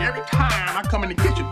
every time I come in the kitchen,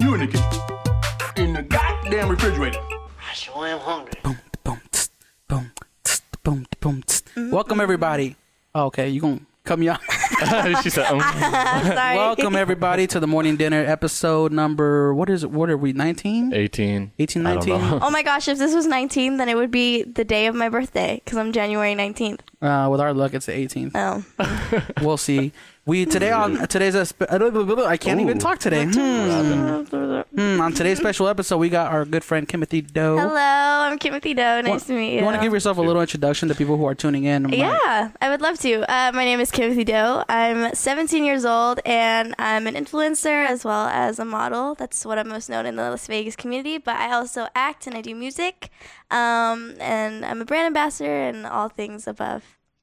you in the kitchen, in the goddamn refrigerator. I sure am hungry. boom, boom, tss, boom, tss, boom, boom. tss. Welcome everybody. Oh, okay, you gonna cut me off? she said, um, Sorry. Welcome everybody to the morning dinner episode number. What is? What are we? 19? 18. 18, I don't know. 19? Oh my gosh, if this was 19, then it would be the day of my birthday because I'm January 19th. Uh, with our luck, it's the 18th. Oh. We'll see. We today on today's a spe- I can't even talk today. Hmm. Hmm, On today's special episode, we got our good friend Timothy Doe. Hello, I'm Kimothy Doe. Nice to meet you. You want to give yourself a little introduction to people who are tuning in? I'm like, Yeah, I would love to. Uh, my name is Kimothy Doe. I'm 17 years old and I'm an influencer as well as a model. That's what I'm most known in the Las Vegas community, but I also act and I do music. Um, and I'm a brand ambassador and all things above.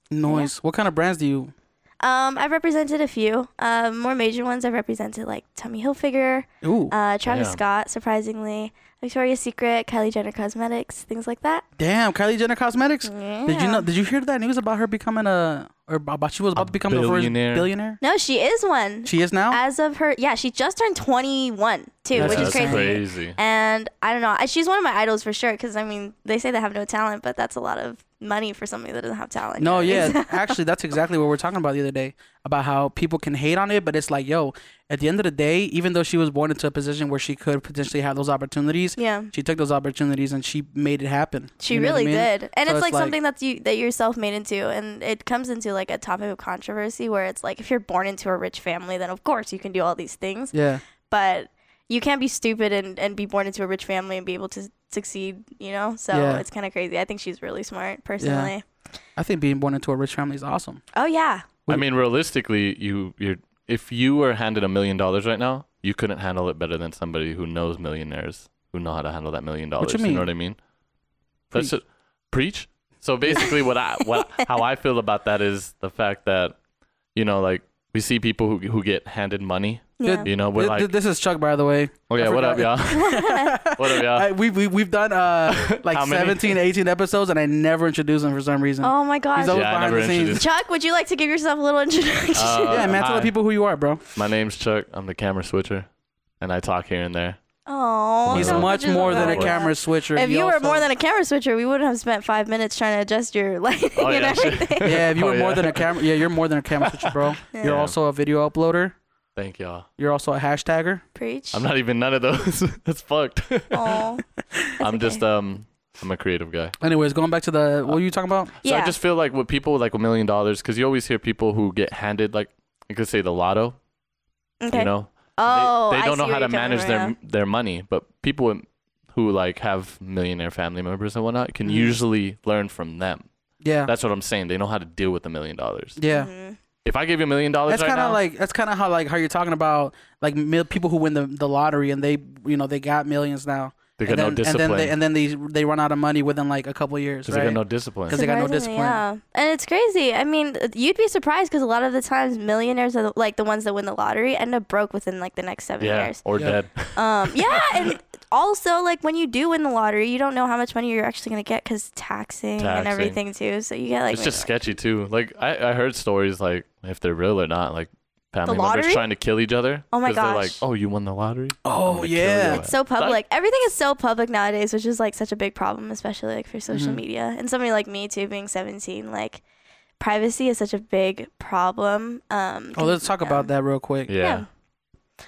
noise. What kind of brands do you? Um, I've represented a few. Uh, more major ones I've represented like Tommy Hilfiger, Ooh, uh, Travis Damn. Scott, surprisingly, Victoria's Secret, Kylie Jenner Cosmetics, things like that. damn, Kylie Jenner Cosmetics. Did you Yeah. know? Did you hear that news about her becoming a or about she was about to become the first billionaire. billionaire? No, she is one. She is now. As of her, yeah, she just turned 21 too, That's which is insane. crazy. crazy. And I don't know, I- she's one of my idols for sure. Because I mean, they say they have no talent, but that's a lot of money for somebody that doesn't have talent. No, you know what I mean? yeah, actually, that's exactly what we we're talking about the other day about how people can hate on it, but it's like, yo, at the end of the day, even though she was born into a position where she could potentially have those opportunities, Yeah. she took those opportunities and she made it happen. She You know what I really mean? did, and So it's, like, something that's you that you're self made into, and it comes into like a topic of controversy where it's like if you're born into a rich family, then of course you can do all these things, Yeah, but you can't be stupid and, and be born into a rich family and be able to succeed, you know. So Yeah. it's kind of crazy. I think she's really smart personally. I think being born into a rich family is awesome. Oh yeah, I mean, realistically, you you if you were handed a million dollars right now, you couldn't handle it better than somebody who knows millionaires who know how to handle that million dollars. you know mean? what I mean? That's it. preach. So basically, what I what how I feel about that is the fact that you know, like we see people who who get handed money. yeah. You know, we're Th- like, th- this is Chuck, by the way. okay, I what up, y'all? forgot. what up, y'all? I, we, we, we've done uh, like How many? 17, 18 episodes, and I never introduced him for some reason. Oh my He's gosh, always Yeah, I behind never the scenes. introduced- Chuck, would you like to give yourself a little introduction? Uh, yeah, man, tell the hi. people who you are, bro. My name's Chuck. I'm the camera switcher, and I talk here and there. Oh, He's no, much more than a about- camera switcher. If He you were also- more than a camera switcher, we wouldn't have spent five minutes trying to adjust your lighting Oh, and yeah, sure. everything. Yeah, if you Oh, were more yeah. than a camera, yeah, you're more than a camera switcher, bro. You're Yeah. also a video uploader. Thank y'all. You're also a hashtagger. Preach. I'm not even none of those. That's fucked. Oh, I'm just um, I'm a creative guy. Anyways, going back to the what were you talking about? So yeah. I just feel like with people with like a million dollars, because you always hear people who get handed like you could say the lotto, okay. you know, oh, they, they I don't see know how where to you're coming manage from, their yeah. their money. But people with- who like have millionaire family members and whatnot can Mhm. usually learn from them. Yeah, That's what I'm saying. They know how to deal with a million dollars. yeah. Mhm. If I give you a million dollars That's right kind of now, like that's kind of how like how you're talking about like mil- people who win the, the lottery and they you know they got millions now. they got and then, no discipline. And then they and then they they run out of money within like a couple years, 'Cause right? they got no discipline. 'Cause they got no Surprisingly, discipline. Yeah, and it's crazy. I mean, you'd be surprised because a lot of the times millionaires are the, like the ones that win the lottery end up broke within like the next seven yeah, years. or Yeah. dead. Um, yeah, and also like when you do win the lottery, you don't know how much money you're actually gonna get because taxing, and Taxing. everything too. So you get like it's just sketchy too. Like I, I heard stories like if they're real or not, like family members lottery? trying to kill each other. Oh my 'cause They're like, gosh. oh, you won the lottery. I'm oh gonna kill yeah. you. It's so public. Everything is so public nowadays, which is like such a big problem, especially like for social Mhm. media. And somebody like me too, being 17, like privacy is such a big problem. Um, Oh, let's talk about that real quick. Yeah.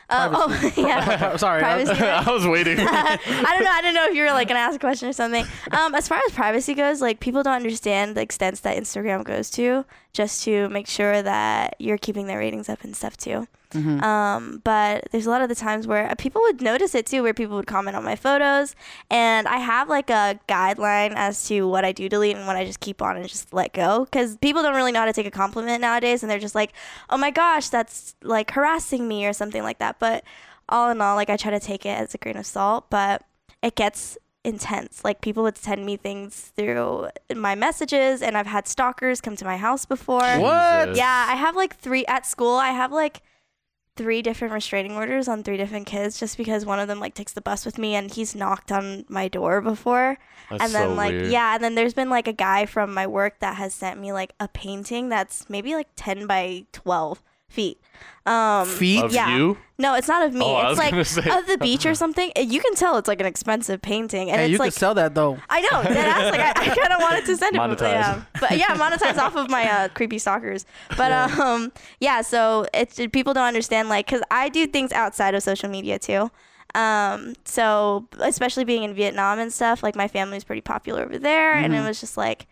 uh, oh, yeah. Sorry. I- Privacy. I was waiting. I don't know. I don't know if you were like gonna ask a question or something. Um, as far as privacy goes, like people don't understand the extents that Instagram goes to, just to make sure that you're keeping their ratings up and stuff too. Mhm. Um, but there's a lot of the times where uh, people would notice it too, where people would comment on my photos, and I have like a guideline as to what I do delete and what I just keep on and just let go, because people don't really know how to take a compliment nowadays, and they're just like, oh my gosh, that's like harassing me or something like that. But all in all, like I try to take it as a grain of salt, but it gets intense. Like people would send me things through my messages, and I've had stalkers come to my house before. What? Yeah, I have like three at school. I have like three different restraining orders on three different kids just because one of them like takes the bus with me and he's knocked on my door before That's and then so like weird. yeah and then there's been like a guy from my work that has sent me like a painting that's maybe like 10 by 12 feet. Um, Feet? Of yeah. you? No, it's not of me. Oh, I it's was like gonna say. of the beach or something. You can tell it's like an expensive painting, and Hey, it's you like could sell that though. I know. That's like I, I kind of wanted to send it, but, Monetize. yeah. but yeah, monetize off of my uh, creepy stalkers. But um, yeah. So it's people don't understand like because I do things outside of social media too. Um, so especially being in Vietnam and stuff, like my family's pretty popular over there, and it was just like,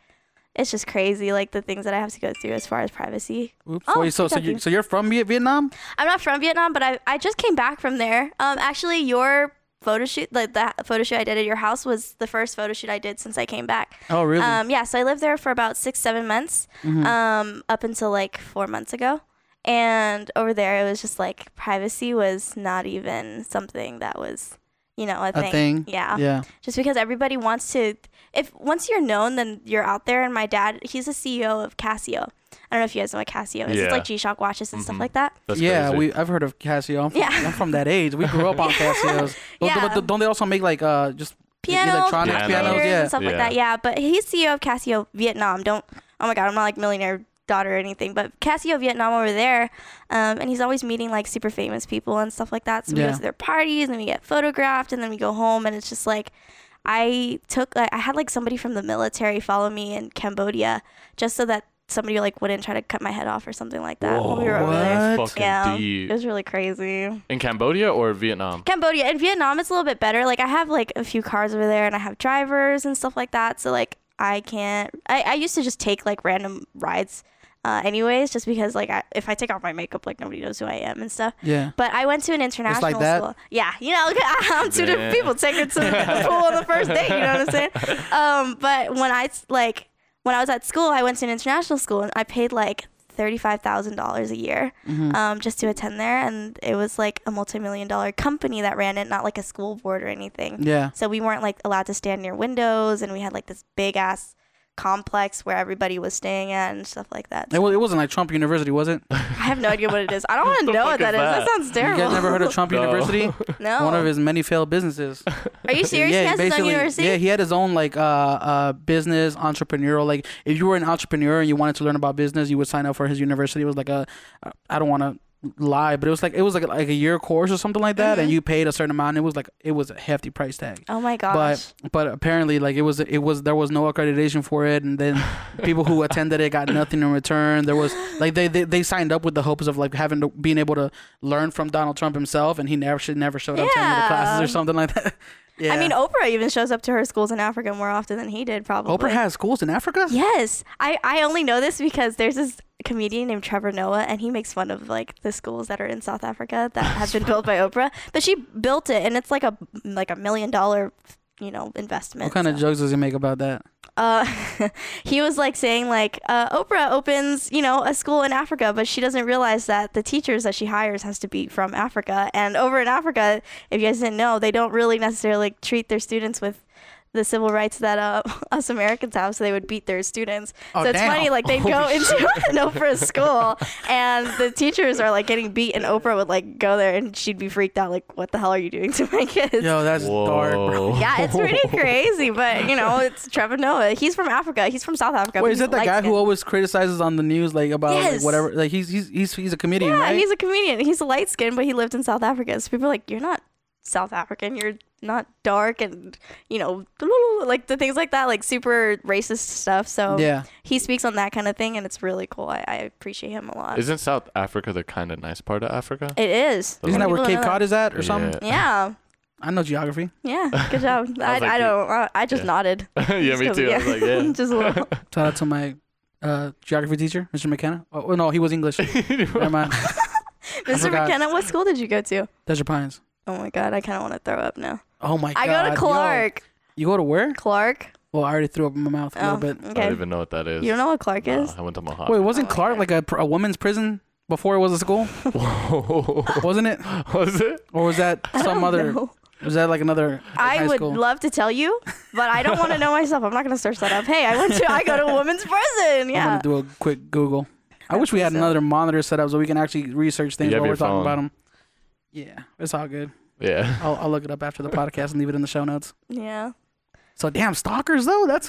it's just crazy like the things that I have to go through as far as privacy. Oops. Oh, Wait, so so thank you you. so you're from Viet- Vietnam? I'm not from Vietnam, but I I just came back from there. Um, actually, your photo shoot, like the photo shoot I did at your house, was the first photo shoot I did since I came back. Oh, really? Um, yeah, so I lived there for about six, seven months, um, up until like four months ago. And over there, it was just like privacy was not even something that was, you know, a, A thing. Yeah. Yeah. Just because everybody wants to, if once you're known, then you're out there. And my dad, he's the CEO of Casio. I don't know if you guys know what Casio is. Yeah. It's like G Shock watches and stuff Mhm. like that. That's yeah, crazy. we I've heard of Casio. I'm from, Yeah. I'm from that age. We grew up on Casios. Well, Yeah. But don't they also make like uh just Piano, electronics computers, pianos, yeah. and stuff like Yeah. that. Yeah, but he's CEO of Casio Vietnam. Don't. Oh my God, I'm not like millionaire daughter or anything, but Casio Vietnam over there, um, and he's always meeting like super famous people and stuff like that. So we Yeah. go to their parties and we get photographed, and then we go home, and it's just like. I took like I had like somebody from the military follow me in Cambodia just so that somebody like wouldn't try to cut my head off or something like that when we were over there. That's What? fucking Yeah, deep. it was really crazy. In Cambodia or Vietnam? Cambodia and Vietnam it's a little bit better. Like I have like a few cars over there and I have drivers and stuff like that. So like I can't I, I used to just take like random rides uh, anyways just because like I, if I take off my makeup like nobody knows who I am and stuff. Yeah. But I went to an international that? school. Yeah, you know, I'm two Yeah. different people taking to the pool on the first date. You know what I'm saying? Um, but when I s- like when I was at school, I went to an international school and I paid like thirty-five thousand dollars a year Mm-hmm. um, just to attend there, and it was like a multi-million dollar company that ran it, not like a school board or anything. Yeah. So we weren't like allowed to stand near windows, and we had like this big ass complex where everybody was staying at and stuff like that. It, wa- it wasn't like Trump University, was it? You I have no idea what it is. I don't want to the know fuck what that is is. That, that? sounds terrible. guys never heard of Trump No. University? no. One of his many failed businesses. Are you serious? he has his own university. Yeah, he had his own like uh, uh, business entrepreneurial. Like if you were an entrepreneur and you wanted to learn about business, you would sign up for his university. It was like a, I don't want to lie, but it was like it was like like a year course or something like that, and Mm-hmm. you paid a certain amount. It was like it was a hefty price tag. oh my gosh. But but apparently like it was it was there was no accreditation for it, and then people who attended it got nothing in return. There was like they, they they signed up with the hopes of like having to being able to learn from Donald Trump himself, and he never should never showed up to any of the classes Yeah. or something like that. yeah. I mean, Oprah even shows up to her schools in Africa more often than he did, probably. Oprah has schools in Africa? Yes, I I only know this because there's this comedian named Trevor Noah, and he makes fun of like the schools that are in South Africa that have been built by Oprah. But she built it, and it's like a like a million dollar, you know, investment. What kind of jokes does he make about that? uh, he was like saying like uh, Oprah opens you know a school in Africa, but she doesn't realize that the teachers that she hires has to be from Africa. And over in Africa, if you guys didn't know, they don't really necessarily treat their students with the civil rights that uh, us Americans have, so they would beat their students. Oh, so it's damn. funny, like they'd go into an Oprah school, and the teachers are like getting beat, and Oprah would like go there, and she'd be freaked out, like, "What the hell are you doing to my kids?" Yo, that's dark, bro. Whoa. Yeah, it's pretty crazy, but you know, it's Trevor Noah. He's from Africa. He's from South Africa. but Wait, is he's that the guy who light-skinned. always criticizes on the news, like about like, Yes. whatever? Like he's he's he's, he's a comedian, Yeah, right? he's a comedian. He's a light skinned, but he lived in South Africa. So people are like, You're not South African, you're not dark and you know like the things like that, like super racist stuff. So Yeah. he speaks on that kind of thing and it's really cool. I, I appreciate him a lot. Isn't South Africa the kind of nice part of Africa? it is. Isn't that People where don't Cape know that. Cod is at or something? Yeah. I know geography. Yeah. Good job. I, was like, I don't I, I just yeah. nodded. yeah, Just me 'cause- too. I was like, yeah. just a little Shout out to my uh, geography teacher, Mr. McKenna. Oh, oh, no, he was English. Never mind. Mr. forgot. McKenna, what school did you go to? Desert Pines. Oh my god, I kind of want to throw up now. Oh my I god. go to yo. Clark. You go to where? Clark. Well, I already threw up in my mouth a Oh, little bit. I don't okay. even know what that is. You don't know what Clark No, is? I went to Mohawk. Wait, wasn't Oh, Clark yeah. like a, pr- a women's prison before it was a school? Whoa. wasn't it? was it? Or was that some other? No. Was that like another I high would school? love to tell you, but I don't want to know myself. I'm not going to search that up. Hey, I went to I go to a women's prison. Yeah. I'm gonna do a quick Google. I wish we had so. another monitor set up so we can actually research things You have while your we're talking about phone. them. Yeah, it's all good. Yeah. I'll, I'll look it up after the podcast and leave it in the show notes. Yeah. So damn stalkers though. That's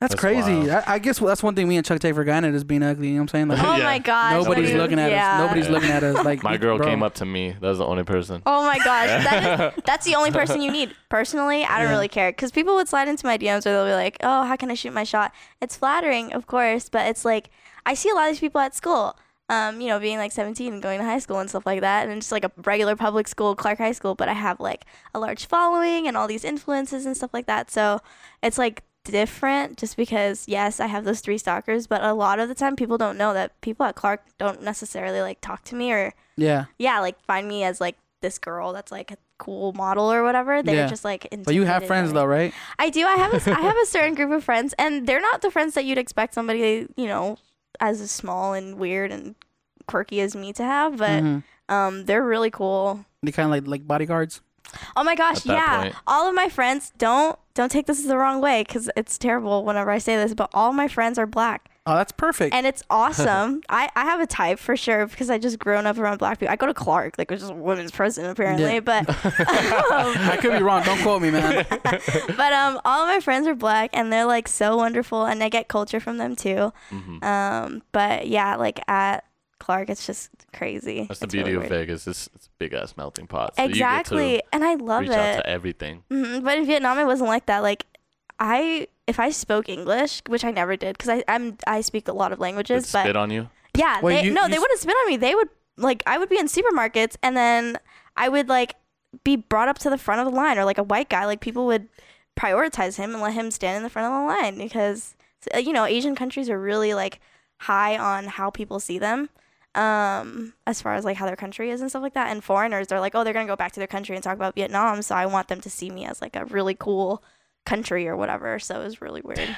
That's, That's crazy. wild. I, I guess that's one thing me and Chuck take for granted is being ugly. You know what I'm saying? Like, Oh Yeah. my gosh. nobody's dude. looking at yeah. us. Nobody's Yeah. looking at us. Like My girl bro. came up to me. That was the only person. Oh my gosh, that is, that's the only person you need. Personally, I don't Yeah. really care because people would slide into my DMs where they'll be like, "Oh, how can I shoot my shot?" It's flattering, of course, but it's like I see a lot of these people at school, um, you know, being like 17 and going to high school and stuff like that, and just like a regular public school, Clark High School. But I have like a large following and all these influences and stuff like that, so it's like different just because yes i have those three stalkers but a lot of the time people don't know that people at clark don't necessarily like talk to me or Yeah, yeah, like find me as like this girl that's like a cool model or whatever. They're Yeah. just like. but you have intimidated friends by though, it. right? I do. I have a, I have a certain group of friends, and they're not the friends that you'd expect somebody you know as small and weird and quirky as me to have, but Mhm. um, they're really cool. They kind of like like bodyguards. Oh my At gosh, that yeah. point. All of my friends don't don't take this the wrong way because it's terrible whenever I say this, but all my friends are black. Oh, that's perfect. And it's awesome. I, I have a type for sure because I just grown up around black people. I go to Clark, like which is a women's prison apparently, Yeah. but um, I could be wrong. Don't quote me, man. but um all my friends are black and they're like so wonderful and I get culture from them too. hmm Um but yeah, like at Clark it's just crazy. That's the It's beauty really of weird. Vegas. It's, it's a big ass melting pot. So Exactly. You get and I to love reach it. out to everything. Mhm, But in Vietnam, it wasn't like that. Like, I if I spoke English, which I never did, because I I'm I speak a lot of It languages, but spit on you. yeah, Well, they, you- no, you they s- wouldn't spit on me. They would like I would be in supermarkets and then I would like be brought up to the front of the line or like a white guy. Like people would prioritize him and let him stand in the front of the line because uh, you know Asian countries are really like high on how people see them um as far as like how their country is and stuff like that and foreigners they're like oh they're gonna go back to their country and talk about vietnam so i want them to see me as like a really cool country or whatever so it was really weird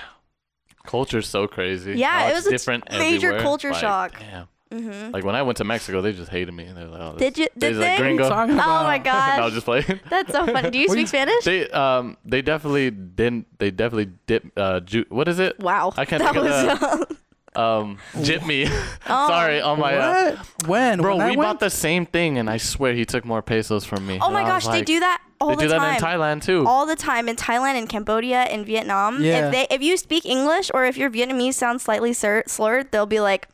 Culture's so crazy. Yeah, How it it's was a different major everywhere. culture Like, shock. Damn. hmm Like when I went to Mexico, they just hated me. They were like, oh, Did you- they did like, they? gringo. What are you talking oh my about? gosh I was just playing. That's so funny. Do you What speak you- Spanish? They um they definitely didn't. They definitely dip. Uh, ju- what is it? wow. I can't that think of was, um, Um, jip me. Oh. Sorry, on my. Uh, What? When? bro, When I we went? bought the same thing, and I swear he took more pesos from me. oh And my I gosh, was they like, do that all They the do time. that in Thailand too. all the time in Thailand and Cambodia and Vietnam. Yeah. If they if you speak English or if your Vietnamese sounds slightly slur- slurred, they'll be like,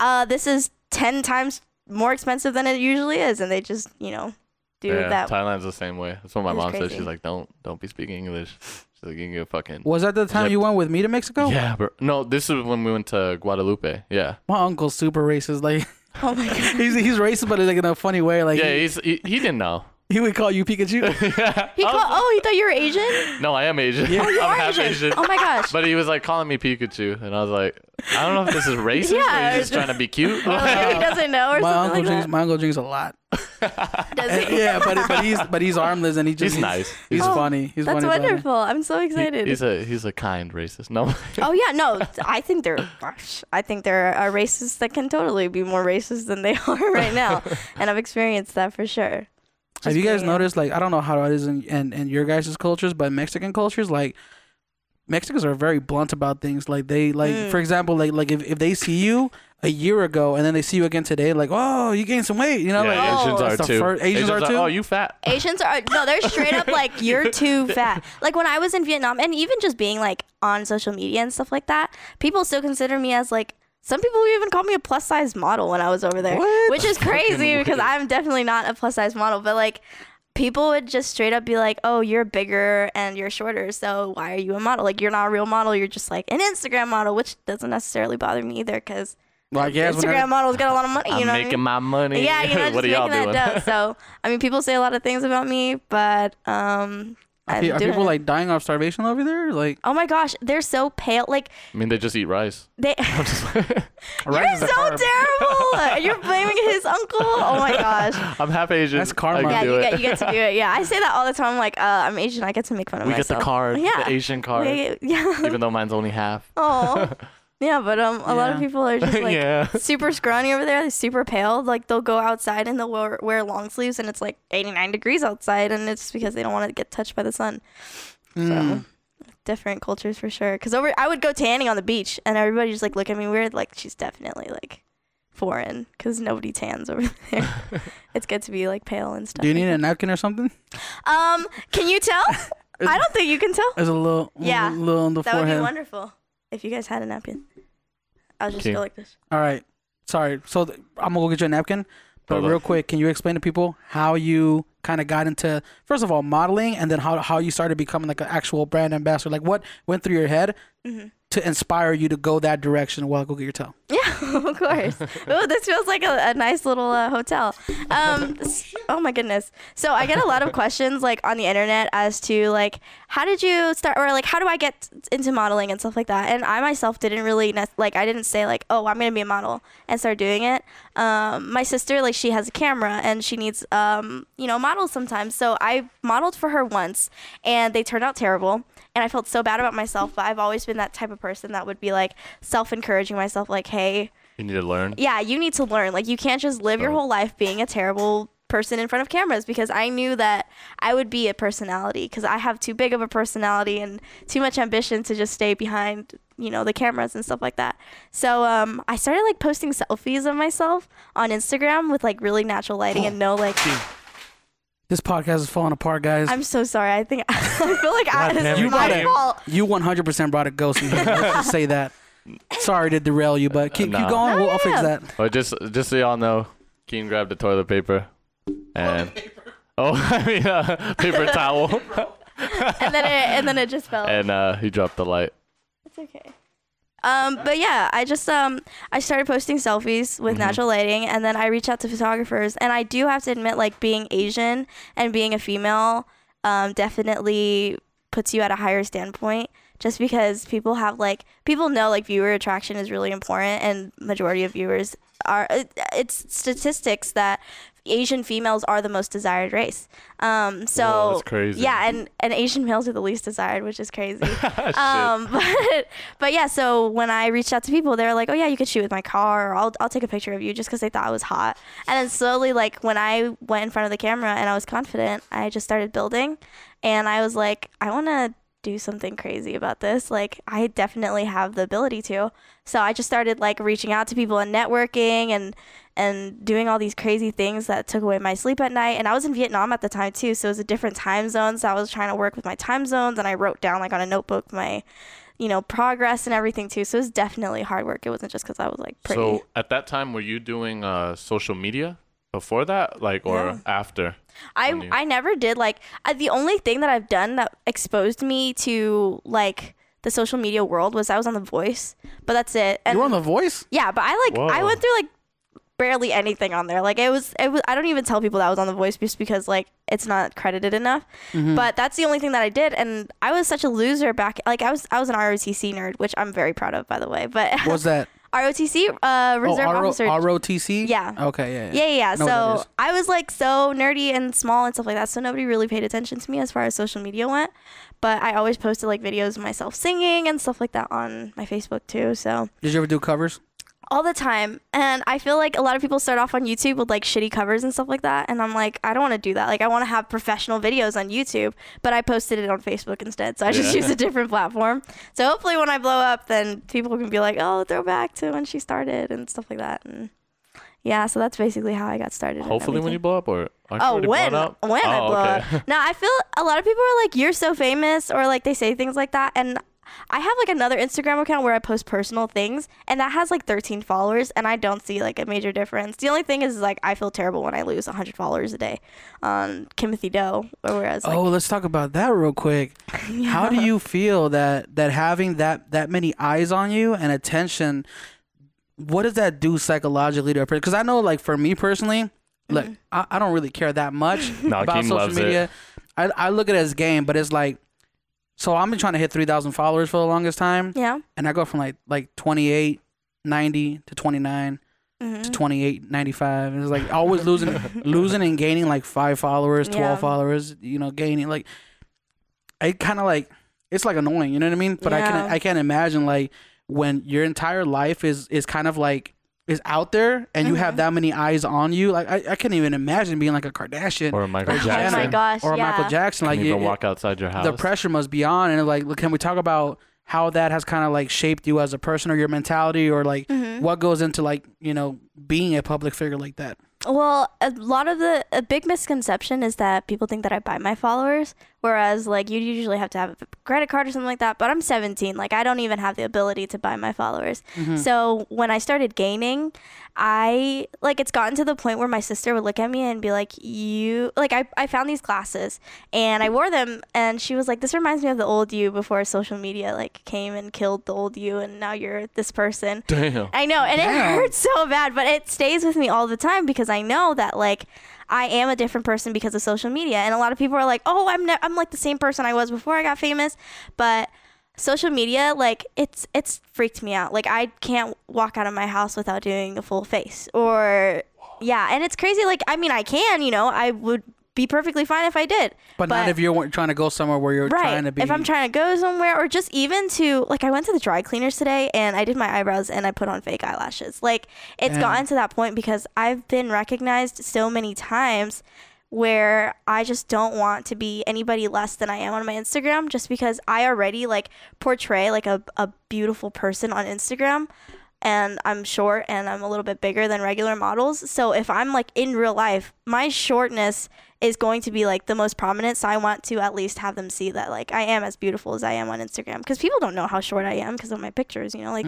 "Uh, this is ten times more expensive than it usually is," and they just you know do yeah, that. Thailand's the same way. That's what my It's mom said. crazy. She's like, don't don't be speaking English. She's like, you can get fucking. Was that the time Like- you went with me to Mexico? Yeah, bro. No, this is when we went to Guadalupe. Yeah. My uncle's super racist. Like oh my god. he's he's racist, but like in a funny way. Like Yeah, he, he's, he, he didn't know. he would call you Pikachu. He called, oh, he thought you were Asian. No, I am Asian. Yeah. I'm half Asian. Oh my gosh. But he was like calling me Pikachu, and I was like, I don't know if this is racist or Yeah. he's just trying to be cute. Like, he doesn't know or my uncle something drinks. like My uncle drinks a lot. that. Does he? yeah, but but he's but he's armless and he just He's nice. He's Oh, funny. He's That's funny. about it. wonderful. I'm so excited. he's a he's a kind racist. No, Oh yeah, no, I think they're, gosh, I think there are racists that can totally be more racist than they are right now, and I've experienced that for sure. Have you guys being- noticed? Like I don't know how it is in in, in your guys' cultures, but Mexican cultures like. Mexicans are very blunt about things. Like they like, Mm. for example, like like if, if they see you a year ago and then they see you again today, like oh you gained some weight, you know, like yeah. oh, Asians Oh. are It's the too. fir- Asians are too? Oh, you fat. Asians are no, they're straight up like you're too fat. Like when I was in Vietnam, and even just being like on social media and stuff like that, people still consider me as like. Some people even called me a plus size model when I was over there, What? which is crazy because I'm definitely not a plus size model. But like, people would just straight up be like, "Oh, you're bigger and you're shorter, so why are you a model? Like, you're not a real model. You're just like an Instagram model," which doesn't necessarily bother me either because like yeah, it's whenever- Instagram models got a lot of money. You I'm know what I mean? making my money. Yeah, you know, just what are making y'all that doing? dough. So, I mean, people say a lot of things about me, but um, Are, I'm pe- are doing people it. like dying of starvation over there? Like oh my gosh, they're so pale. Like I mean, they just eat rice. they. I'm just like, You're rice is a so carb. terrible. And You're blaming his uncle. Oh my gosh. I'm half Asian. That's karma. I can Yeah, do you it. get, you get to do it. Yeah, I say that all the time. I'm like, uh, I'm Asian. I get to make fun of we get myself. the card, Yeah. the Asian card, We- yeah. even though mine's only half. Oh. Yeah, but um, a lot of Yeah. people are just like Yeah. super scrawny over there. They're super pale. Like they'll go outside and they'll wear, wear long sleeves, and it's like 89 degrees outside, and it's because they don't want to get touched by the sun. Hmm. Mm. different cultures for sure. Cause over, I would go tanning on the beach, and everybody just like look at me weird, like she's definitely like foreign, cause nobody tans over there. it's good to be like pale and stuff. Do you need a napkin or something? Um, can you tell? I don't think you can tell. There's a little, yeah, Yeah. little on the That would be forehead. wonderful if you guys had a napkin. I'll just Okay. go like this. All right, sorry. So th- I'm gonna go get you a napkin. But Hold on. real quick, can you explain to people how you kind of got into first of all modeling, and then how how you started becoming like an actual brand ambassador? Like what went through your head Mm-hmm. to inspire you to go that direction? Well, go get your towel. Yeah, of course. oh, this feels like a, a nice little uh, hotel. Um, s- oh my goodness. So I get a lot of questions like on the internet as to like how did you start or like how do I get into modeling and stuff like that. And I myself didn't really nec- like I didn't say like oh I'm gonna be a model and start doing it. Um, my sister like she has a camera and she needs um you know models sometimes. So I modeled for her once and they turned out terrible and I felt so bad about myself. But I've always been that type of person that would be like self encouraging myself, like, hey, You need to learn. yeah, you need to learn. Like, you can't just live your Right. whole life being a terrible person in front of cameras because I knew that I would be a personality because I have too big of a personality and too much ambition to just stay behind, you know, the cameras and stuff like that. So um, I started like posting selfies of myself on Instagram with like really natural lighting and no like. This podcast is falling apart, guys. I'm so sorry. I think I feel like I, God damn this it, is my James. fault. You 100% brought a ghost in here. Let's just say that. Sorry to derail you, but keep, keep Nah. going. No, we'll, yeah, I'll fix yeah. that. But Oh, just just so y'all know, Keen grabbed the toilet paper and oh, I mean uh, paper towel, Oh. and then it and then it just fell. and uh, he dropped the light. It's okay. Um, but yeah, I just um I started posting selfies Mm-hmm. with natural lighting, and then I reach out to photographers. And I do have to admit, like being Asian and being a female, um, definitely puts you at a higher standpoint. Just because people have like people know like viewer attraction is really important, and majority of viewers are it, it's statistics that Asian females are the most desired race. Um, so Whoa, that's crazy. yeah, and and Asian males are the least desired, which is crazy. Shit. Um, but but yeah, so when I reached out to people, they were like, "Oh yeah, you could shoot with my car, or I'll I'll take a picture of you," just because they thought I was hot. And then slowly, like when I went in front of the camera and I was confident, I just started building, and I was like, "I want to." do something crazy about this like i definitely have the ability to so i just started like reaching out to people and networking and and doing all these crazy things that took away my sleep at night. And I was in Vietnam at the time too, so it was a different time zone. So I was trying to work with my time zones, and I wrote down like on a notebook my, you know, progress and everything too. So it was definitely hard work. It wasn't just because I was like pretty. So at that time, were you doing uh, social media before that, like, or Yeah. after? when I you- I never did like I, the only thing that I've done that exposed me to like the social media world was I was on The Voice, but that's it. And You were on The Voice? Yeah, but I like I Whoa. went through like barely anything on there. Like it was it was I don't even tell people that I was on the voice just because like it's not credited enough. But that's the only thing that I did and I was such a loser back like I was I was an ROTC nerd, which I'm very proud of by the way. But What's that? ROTC uh Oh, reserve RO, officer ROTC? Yeah. Okay, yeah. yeah, yeah, yeah. Know what that So is. I was like so nerdy and small and stuff like that. So nobody really paid attention to me as far as social media went. But I always posted like videos of myself singing and stuff like that on my Facebook too. So Did you ever do covers? all the time and i feel like a lot of people start off on youtube with like shitty covers and stuff like that and i'm like i don't want to do that like i want to have professional videos on youtube but i posted it on facebook instead so i just Yeah. use a different platform so hopefully when i blow up then people can be like oh throw back to when she started and stuff like that and yeah so that's basically how i got started and Hopefully, when everything. you blow up, or aren't you Oh, already when blown up? when I Oh, blow okay. up. No, I feel a lot of people are like, "You're so famous," or like they say things like that, and I have like another Instagram account where I post personal things, and that has like 13 followers, and I don't see like a major difference. The only thing is like I feel terrible when I lose 100 followers a day on Kimothy Doe, whereas like, oh, let's talk about that real quick. How do you feel that that having that that many eyes on you and attention, what does that do psychologically to a person? Because I know, like for me personally, look, I, I don't really care that much No, about Keem social loves it. media. I I look at it as game, but it's like, so I've been trying to hit three thousand followers for the longest time, yeah, and I go from like like 28, 90 to twenty nine. mm-hmm. To 28, 95. And it's like always losing, losing and gaining like five followers, 12 Yeah. followers, you know, gaining like, I kind of like, it's like annoying, you know what I mean? But I can, Yeah. I can't imagine like when your entire life is, is kind of like, is out there and you Mm-hmm. have that many eyes on you. Like, I, I can't even imagine being like a Kardashian Or Michael Kris Jackson. Oh my gosh, or a yeah. Michael Jackson. Like Like, you you- even walk outside your house. the pressure must be on and like look, can we talk about how that has kind of like shaped you as a person or your mentality or like Mm-hmm. what goes into like you know being a public figure like that Well, a lot of the a big misconception is that people think that I buy my followers, Whereas like you usually have to have a credit card or something like that. But I'm 17. Like I don't even have the ability to buy my followers. So when I started gaining, I like it's gotten to the point where my sister would look at me and be like, You like I, I found these glasses and I wore them and she was like, This reminds me of the old you before social media like came and killed the old you and now you're this person. Damn. I know, and Damn. it hurts so bad, but it stays with me all the time because I know that like I am a different person because of social media, and a lot of people are like, "Oh, I'm ne- I'm like the same person I was before I got famous," but social media like it's it's freaked me out. Like I can't walk out of my house without doing a full face, or yeah, and it's crazy. Like I mean, I can, you know, I would be perfectly fine if I did, But, not if you're trying to go somewhere where you're right. trying to be. If I'm trying to go somewhere, or just even to like, I went to the dry cleaners today and I did my eyebrows and I put on fake eyelashes. Like, it's Damn. gotten to that point because I've been recognized so many times where I just don't want to be anybody less than I am on my Instagram just because I already like portray like a, a beautiful person on Instagram and I'm short and I'm a little bit bigger than regular models. So if I'm like in real life, my shortness is going to be like the most prominent. So I want to at least have them see that like I am as beautiful as I am on Instagram because people don't know how short I am because of my pictures, you know, like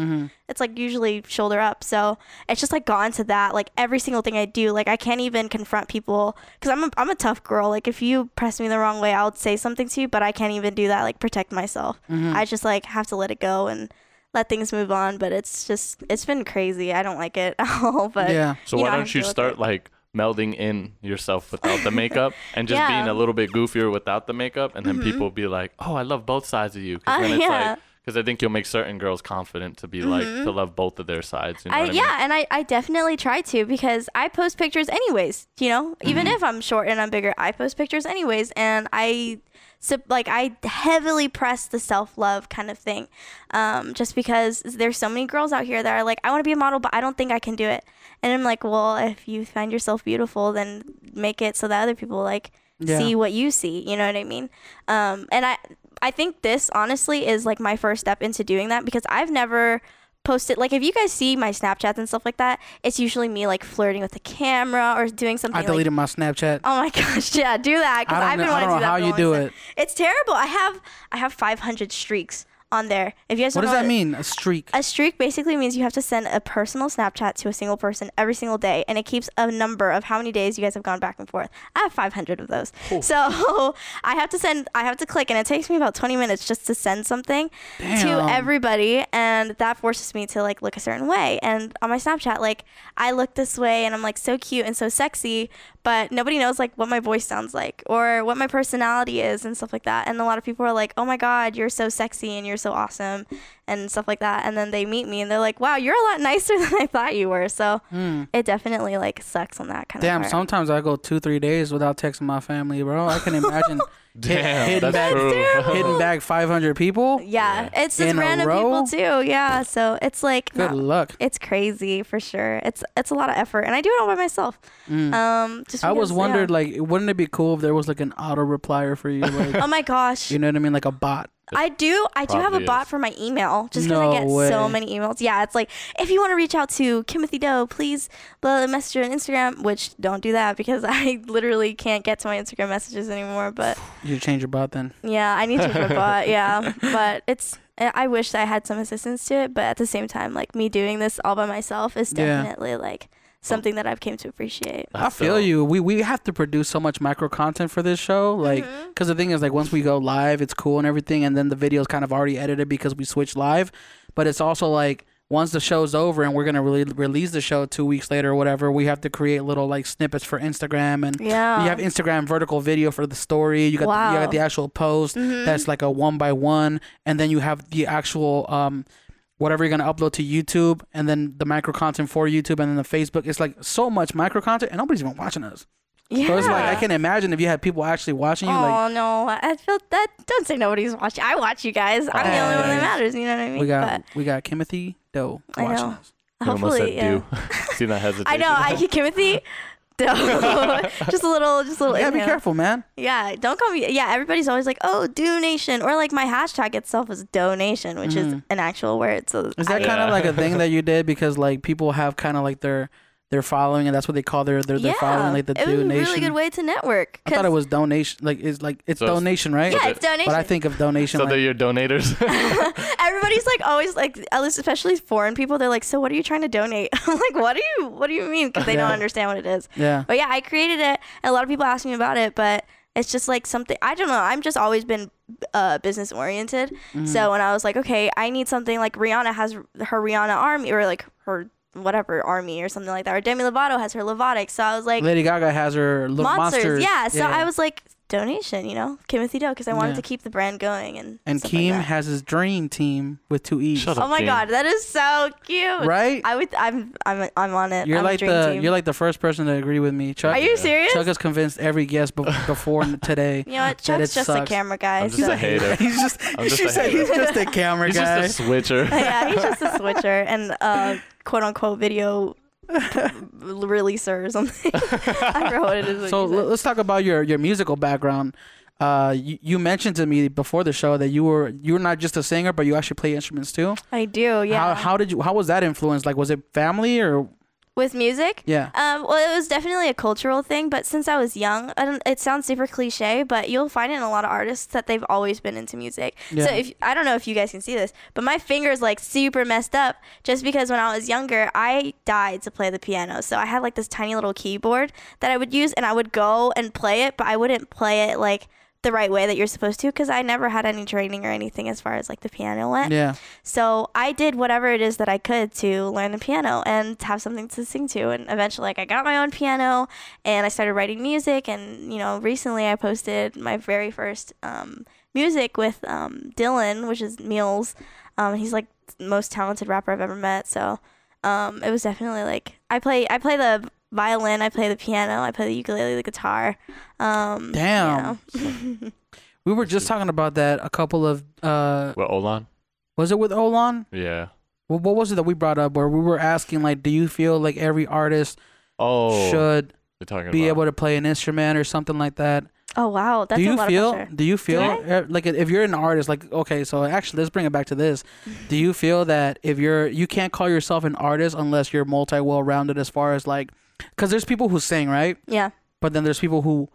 it's like usually shoulder up. So it's just like gone to that. Like every single thing I do, like I can't even confront people because I'm a, I'm a tough girl. Like if you press me the wrong way, I'll say something to you, but I can't even do that. Like protect myself. I just like have to let it go and let things move on. But it's just it's been crazy. I don't like it at all. But Yeah. So you know, why I don't you deal with start it. like melding in yourself without the makeup and just Yeah. Mm-hmm. being a little bit goofier without the makeup, and then people will be like, "Oh, I love both sides of you." Because Uh, yeah. Mm-hmm. I think you'll make certain girls confident to be like to love both of their sides. You know I, what I mean? yeah, and I, I definitely try to because I post pictures anyways. You know, Mm-hmm. even if I'm short and I'm bigger, I post pictures anyways, and I so, like I heavily press the self love kind of thing, um, just because there's so many girls out here that are like, I want to be a model, but I don't think I can do it, and I'm like, well, if you find yourself beautiful, then make it so that other people like Yeah. see what you see. You know what I mean? Um, and I I think this honestly is like my first step into doing that because I've never posted like if you guys see my Snapchats and stuff like that, it's usually me like flirting with the camera or doing something. I like- deleted my Snapchat. Oh my gosh, yeah, do that I because don't I've been know- I wanting don't to know do that. how for the you do longest it. time. It's terrible. I have I have 500 streaks on there. If you guys what don't does know that mean? A streak. a streak basically means you have to send a personal Snapchat to a single person every single day, and it keeps a number of how many days you guys have gone back and forth. I have 500 of those, so I have to send. I have to click, and it takes me about 20 minutes just to send something Damn. to everybody, and that forces me to like look a certain way. And on my Snapchat, like I look this way, and I'm like so cute and so sexy, but nobody knows like what my voice sounds like or what my personality is and stuff like that. And a lot of people are like, "Oh my God, you're so sexy and you're so awesome," and stuff like that. And then they meet me and they're like, "Wow, you're a lot nicer than I thought you were." So it definitely like sucks on that kind Hmm. Damn, of. part. sometimes I go two, three days without texting my family, bro. I can imagine hit- Damn, hitting, that's back, terrible. hitting back 500 people. Yeah, it's just In a random row? people too. Yeah, so it's like Good not- luck. it's crazy for sure. It's it's a lot of effort, and I do it all by myself. Um, just I was because, wondered, yeah. like, wouldn't it be cool if there was like an auto replier for you? Like, oh my gosh, you know what I mean? Like a bot. I do. I do have a Probably bot is. for my email just because No I get so way. many emails. Yeah, it's like if you want to reach out to Kimothy Doe, please blah, blah, message her on Instagram. Which don't do that because I literally can't get to my Instagram messages anymore. But You change your bot then. yeah, I need to do a bot. Yeah, but it's. I wish I had some assistance to it, but at the same time, like me doing this all by myself is Yeah. definitely like something that I've came to appreciate. I feel So- you. We we have to produce so much micro content for this show, like, because the thing is, like, once we go live, it's cool and everything, and then the video is kind of already edited because we switched live, but it's also like once the show's over and we're gonna really release the show two weeks later or whatever, we have to create little like snippets for Instagram and Yeah. you have Instagram vertical video for the story. You got the, you Uh, Wow. Mm-hmm. got the actual post that's like a one by one, and then you have the actual um whatever you're gonna upload to YouTube, and then the micro content for YouTube, and then the Facebook. It's like so much micro content, and nobody's even watching us. Yeah. So it's like I can imagine if you had people actually watching you, oh like no, I feel that. Don't say nobody's watching. I watch you guys. I'm the Oh, only one that nice. matters. You know what I mean? we got But- we got Timothy Doe I watching know. us. You almost said Hopefully, yeah. do. See that hesitation? I know. I keep Timothy. just a little, just a little. Yeah, be inhale. careful, man. Yeah, don't call me. Yeah, everybody's always like, "Oh, donation," or like my hashtag itself is donation, Mm-hmm. which is an actual word. So Is that I- kind of like a thing that you did because like people have kind of like their they're following, and that's what they call their their, their following, like the it was a donation. really good way to network. I thought it 'cause- was donation, like it's like it's So it's- donation, right? Yeah, it's donation. But I think of donation. So like, they're your donators. Everybody's like always like at least especially foreign people. They're like, so what are you trying to donate? I'm like, what do you what do you mean? Because they Yeah. don't understand what it is. yeah, But yeah, I created it. And a lot of people ask me about it, but it's just like something I don't know. I'm just always been uh, business oriented. Mm. So when I was like, okay, I need something like Rihanna has her Rihanna army or like her whatever army or something like that. Or Demi Lovato has her Lovatics. So I was like, Lady Gaga has her little monsters. Yeah. So I was like donation, you know, Timothy Doe, because I wanted Yeah. to keep the brand going and And stuff like Keem that. has his dream team with two E's. Shut Oh my Keem. god, that is so cute. Right? I would. I'm. I'm. I'm on it. You're I'm a like dream the team. you're like the first person to agree with me, Chuck. Are you serious? Chuck has convinced every guest be- before today. you know what? that Chuck's it just sucks. a camera guy. I'm just so- a hater. he's just, I'm just she a said he's just a camera He's guy. just a switcher. yeah, he's just a switcher and uh, quote unquote video releaser or something. I forgot what it is. so what you l- said. let's talk about your your musical background. Uh, you, you mentioned to me before the show that you were you're not just a singer, but you actually play instruments too. I do. How Yeah. how did you how was that influenced? Like was it family or With music. yeah? Um, well, it was definitely a cultural thing, but since I was young, I don't, it sounds super cliche, but you'll find it in a lot of artists that they've always been into music. Yeah. So if I don't know if you guys can see this, but my fingers like super messed up just because when I was younger, I died to play the piano. So I had like this tiny little keyboard that I would use, and I would go and play it, but I wouldn't play it like the right way that you're supposed to because I never had any training or anything as far as like the piano went. Yeah. So I did whatever it is that I could to learn the piano and have something to sing to. And eventually, like, I got my own piano and I started writing music. And, you know, recently I posted my very first um, music with um, Dylan, which is Meals. Um, he's like the most talented rapper I've ever met. So um, it was definitely like I play, I play the violin, I play the piano, I play the ukulele, the guitar. Um, Damn. you know. We were just talking about that a couple of uh Well, Olan. was it with Olan? Yeah. What, what was it that we brought up where we were asking like do you feel like every artist Oh. should you're talking be about. able to play an instrument or something like that? oh wow, that's do a you lot feel of pressure. do you feel I? uh, like if you're an artist like okay, so actually let's bring it back to this. do you feel that if you're you can't call yourself an artist unless you're multi well-rounded as far as like cuz there's people who sing, right? Yeah. But then there's people who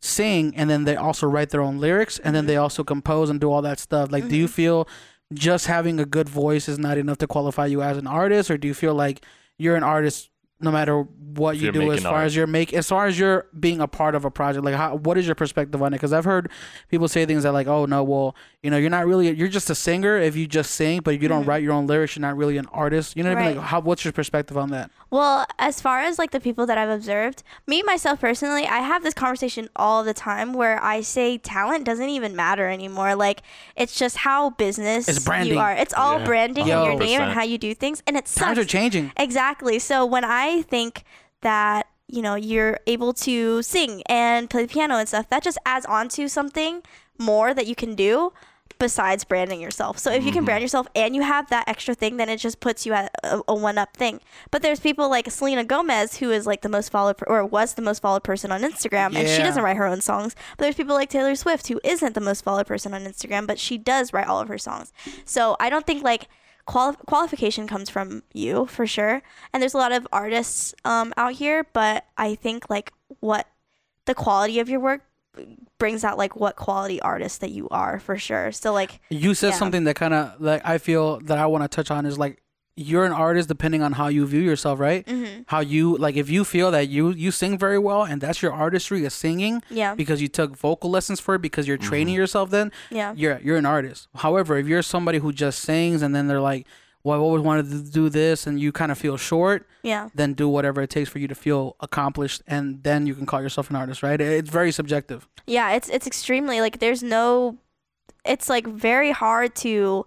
sing and then they also write their own lyrics and then they Mm-hmm. also compose and do all that stuff. Like, do you feel just having a good voice is not enough to qualify you as an artist, or do you feel like you're an artist no matter what you you're do as making far art. as you're make as far as you're being a part of a project? Like, how, what is your perspective on it? Because I've heard people say things that like, oh no, well, you know, you're not really you're just a singer if you just sing, but if you Mm-hmm. don't write your own lyrics, you're not really an artist. You know what I mean? Right. Like, how what's your perspective on that? Well, as far as like the people that I've observed, me myself personally, I have this conversation all the time where I say talent doesn't even matter anymore. Like it's just how business It's branding. you are. It's all Yeah, branding and your name 100%. and how you do things, and it sucks. Times are changing. Exactly. So when I think that you know you're able to sing and play the piano and stuff, that just adds on to something more that you can do besides branding yourself. So if you can brand yourself and you have that extra thing, then it just puts you at a, a one up thing. But there's people like Selena Gomez who is like the most followed per- or was the most followed person on Instagram and she Yeah. doesn't write her own songs. But there's people like Taylor Swift who isn't the most followed person on Instagram, but she does write all of her songs. So I don't think like quali- qualification comes from you for sure. And there's a lot of artists um, out here, but I think like what the quality of your work brings out like what quality artist that you are for sure. So like You said Yeah. something that kind of like I feel that I want to touch on is like you're an artist depending on how you view yourself, right? How you like if you feel that you you sing very well and that's your artistry is singing yeah, because you took vocal lessons for it because you're training yourself then yeah. you're you're an artist. However, if you're somebody who just sings and then they're like, "Well, I've always wanted to do this," and you kind of feel short, Yeah. then do whatever it takes for you to feel accomplished, and then you can call yourself an artist, right? It's very subjective. Yeah, it's it's extremely like there's no it's like very hard to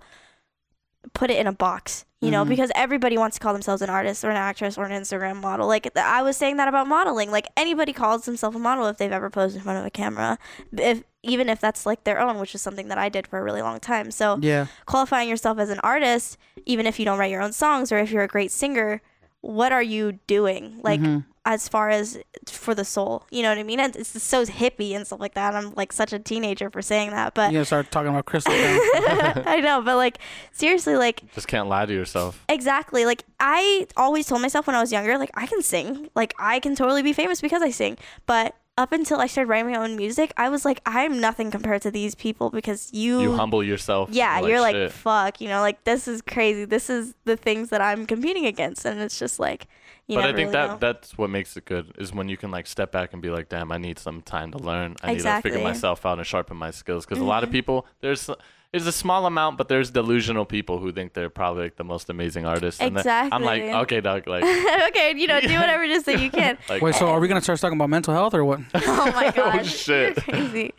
put it in a box, you know, because everybody wants to call themselves an artist or an actress or an Instagram model. Like th- I was saying that about modeling. Like anybody calls themselves a model if they've ever posed in front of a camera, if even if that's like their own, which is something that I did for a really long time. So Yeah. qualifying yourself as an artist, even if you don't write your own songs or if you're a great singer, what are you doing? Like as far as for the soul. You know what I mean? And It's so hippie and stuff like that. I'm like such a teenager for saying that, but You're gonna start talking about crystal. now. I know. But like seriously, like Just can't lie to yourself. Exactly. Like I always told myself when I was younger, like I can sing. Like I can totally be famous because I sing. But up until I started writing my own music, I was like, I'm nothing compared to these people because you, You humble yourself. Yeah, You're you're like, "Shit." fuck, you know, like this is crazy. This is the things that I'm competing against and it's just like you but I never think really that know. that's what makes it good is when you can like step back and be like, damn, I need some time to learn. I need to Exactly. Mm-hmm. figure myself out and sharpen my skills because a lot of people there's it's a small amount, but there's delusional people who think they're probably like the most amazing artists. And then I'm like, Exactly. okay, dog, like, okay, you know, do whatever just that you can. like Wait, so are we gonna start talking about mental health or what? oh my gosh. shit. You're crazy.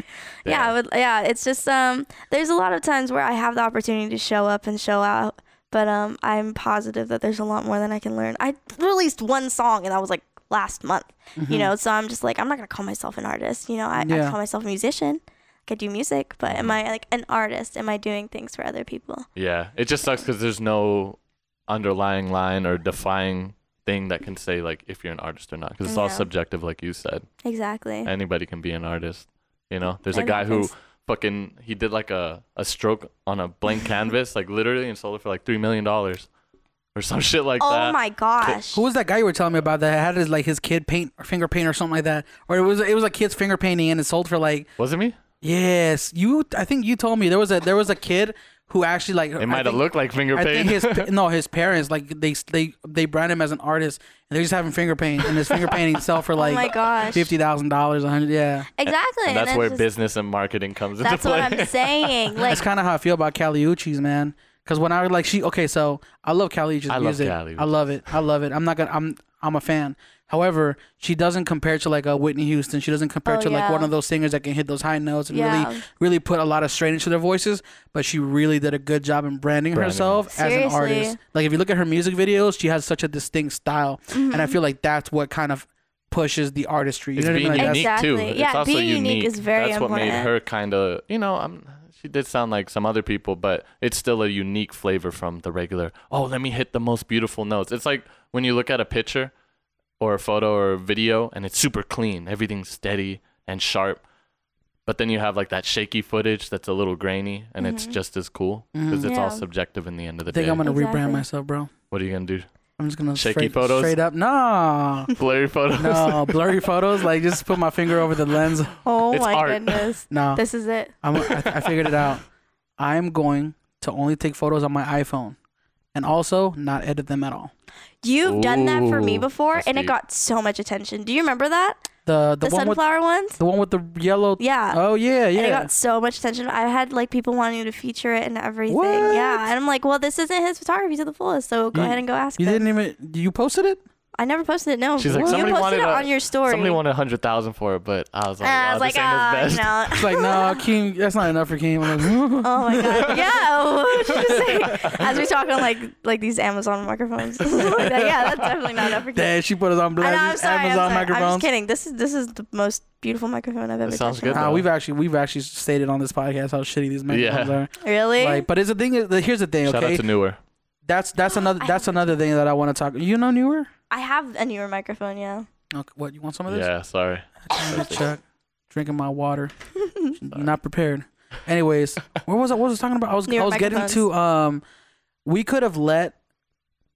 Yeah. Yeah. I would yeah, it's just um there's a lot of times where I have the opportunity to show up and show out, but um I'm positive that there's a lot more than I can learn. I released one song and that was like last month. Mm-hmm. You know, so I'm just like I'm not gonna call myself an artist, you know, I, Mm-hmm. Yeah. Mm-hmm. I call myself a musician. Like, I do music, but am I like an artist? Am I doing things for other people? yeah, it just sucks because there's no underlying line or defying thing that can say like if you're an artist or not because it's all Yeah. subjective, like you said. Exactly. anybody can be an artist. You know, there's a It guy who happens. fucking he did like a, a stroke on a blank canvas, like literally, and sold it for like three million dollars or some shit like oh that. my gosh. Who was that guy you were telling me about that had his like his kid paint or finger paint or something like that? Or it was it was a kid's finger painting and it sold for like Was it me? yes, you I think you told me there was a there was a kid who actually like It might have looked like finger I paint. think his pa- no his parents like they they they brand him as an artist and they're just having finger paint and his finger painting sell for like Oh my gosh. fifty thousand dollars a hundred yeah exactly. and that's it's where just- business and marketing comes into That's play. what I'm saying. Like that's kind of how I feel about Caliuchis man because when I was like she okay so I love Caliuchis I love music Caliuchis. I love it I love it I'm not gonna I'm I'm a fan however she doesn't compare to like a Whitney Houston she doesn't compare Oh, to like yeah. one of those singers that can hit those high notes and really Yeah. really put a lot of strain into their voices but she really did a good job in branding, Branding. herself as an Seriously. artist like if you look at her music videos she has such a distinct style and Mm-hmm. i feel like that's what kind of pushes the artistry you it's know what I being mean? Like, unique that's- too. Exactly. It's Yeah, also being unique is very That's what made important. her kind of, you know, I'm, she did sound like some other people, but it's still a unique flavor from the regular. Oh, let me hit the most beautiful notes. It's like when you look at a picture or a photo or a video and it's super clean, everything's steady and sharp. But then you have like that shaky footage that's a little grainy and it's just as cool because it's all Mm-hmm. Yeah. subjective in the end of i the Mm-hmm. think day. i'm gonna rebrand Exactly. myself bro what are you going to do? i'm just gonna Shaky straight, photos? straight up no Blurry photos? no blurry photos like just put my finger over the lens oh It's my art. goodness. no This is it. I'm, I, I figured it out i'm going to only take photos on my iphone and also not edit them at all You've done that for me Ooh, before, that's and deep. it got so much attention. Do you remember that? the the, The, one with sunflower ones? the one with the yellow Yeah. oh yeah And it yeah got so much attention. I had like people wanting to feature it and everything. What? Yeah. And I'm like, well, this isn't his photography to the fullest, so go You- ahead and go ask you him. didn't e even you posted it I never posted it. No. She's like, you somebody posted wanted it a- on your story. Somebody wanted 100000 for it, but I was like, And I oh, was like, this ain't his oh, best. you know. It's like, nah, Keem, that's not enough for Keem. I'm like, "Hmm." Oh my god! Yeah, what did you say? As we talk on like like these Amazon microphones, like that. yeah, that's definitely not up for kids. Dad, she put us on I know, blast. I'm these Amazon sorry. I'm, sorry. I'm just microphones. kidding. This is this is the most beautiful microphone I've ever. sounds touched in good, my Nah, though. we've actually we've actually stated on this podcast how shitty these microphones Yeah. are. life. Really? Like, but it's the thing. Is, the- here's the thing. Shout out Okay, to Newer. that's that's another I that's another thing that I want to talk. You know, newer. I have a newer microphone. Yeah. Okay, what you want some of this? Yeah, sorry. Damn it, Chuck, drinking my water. Not prepared. Anyways, where was I? What was I talking about? I was I Newer was getting to um, we could have let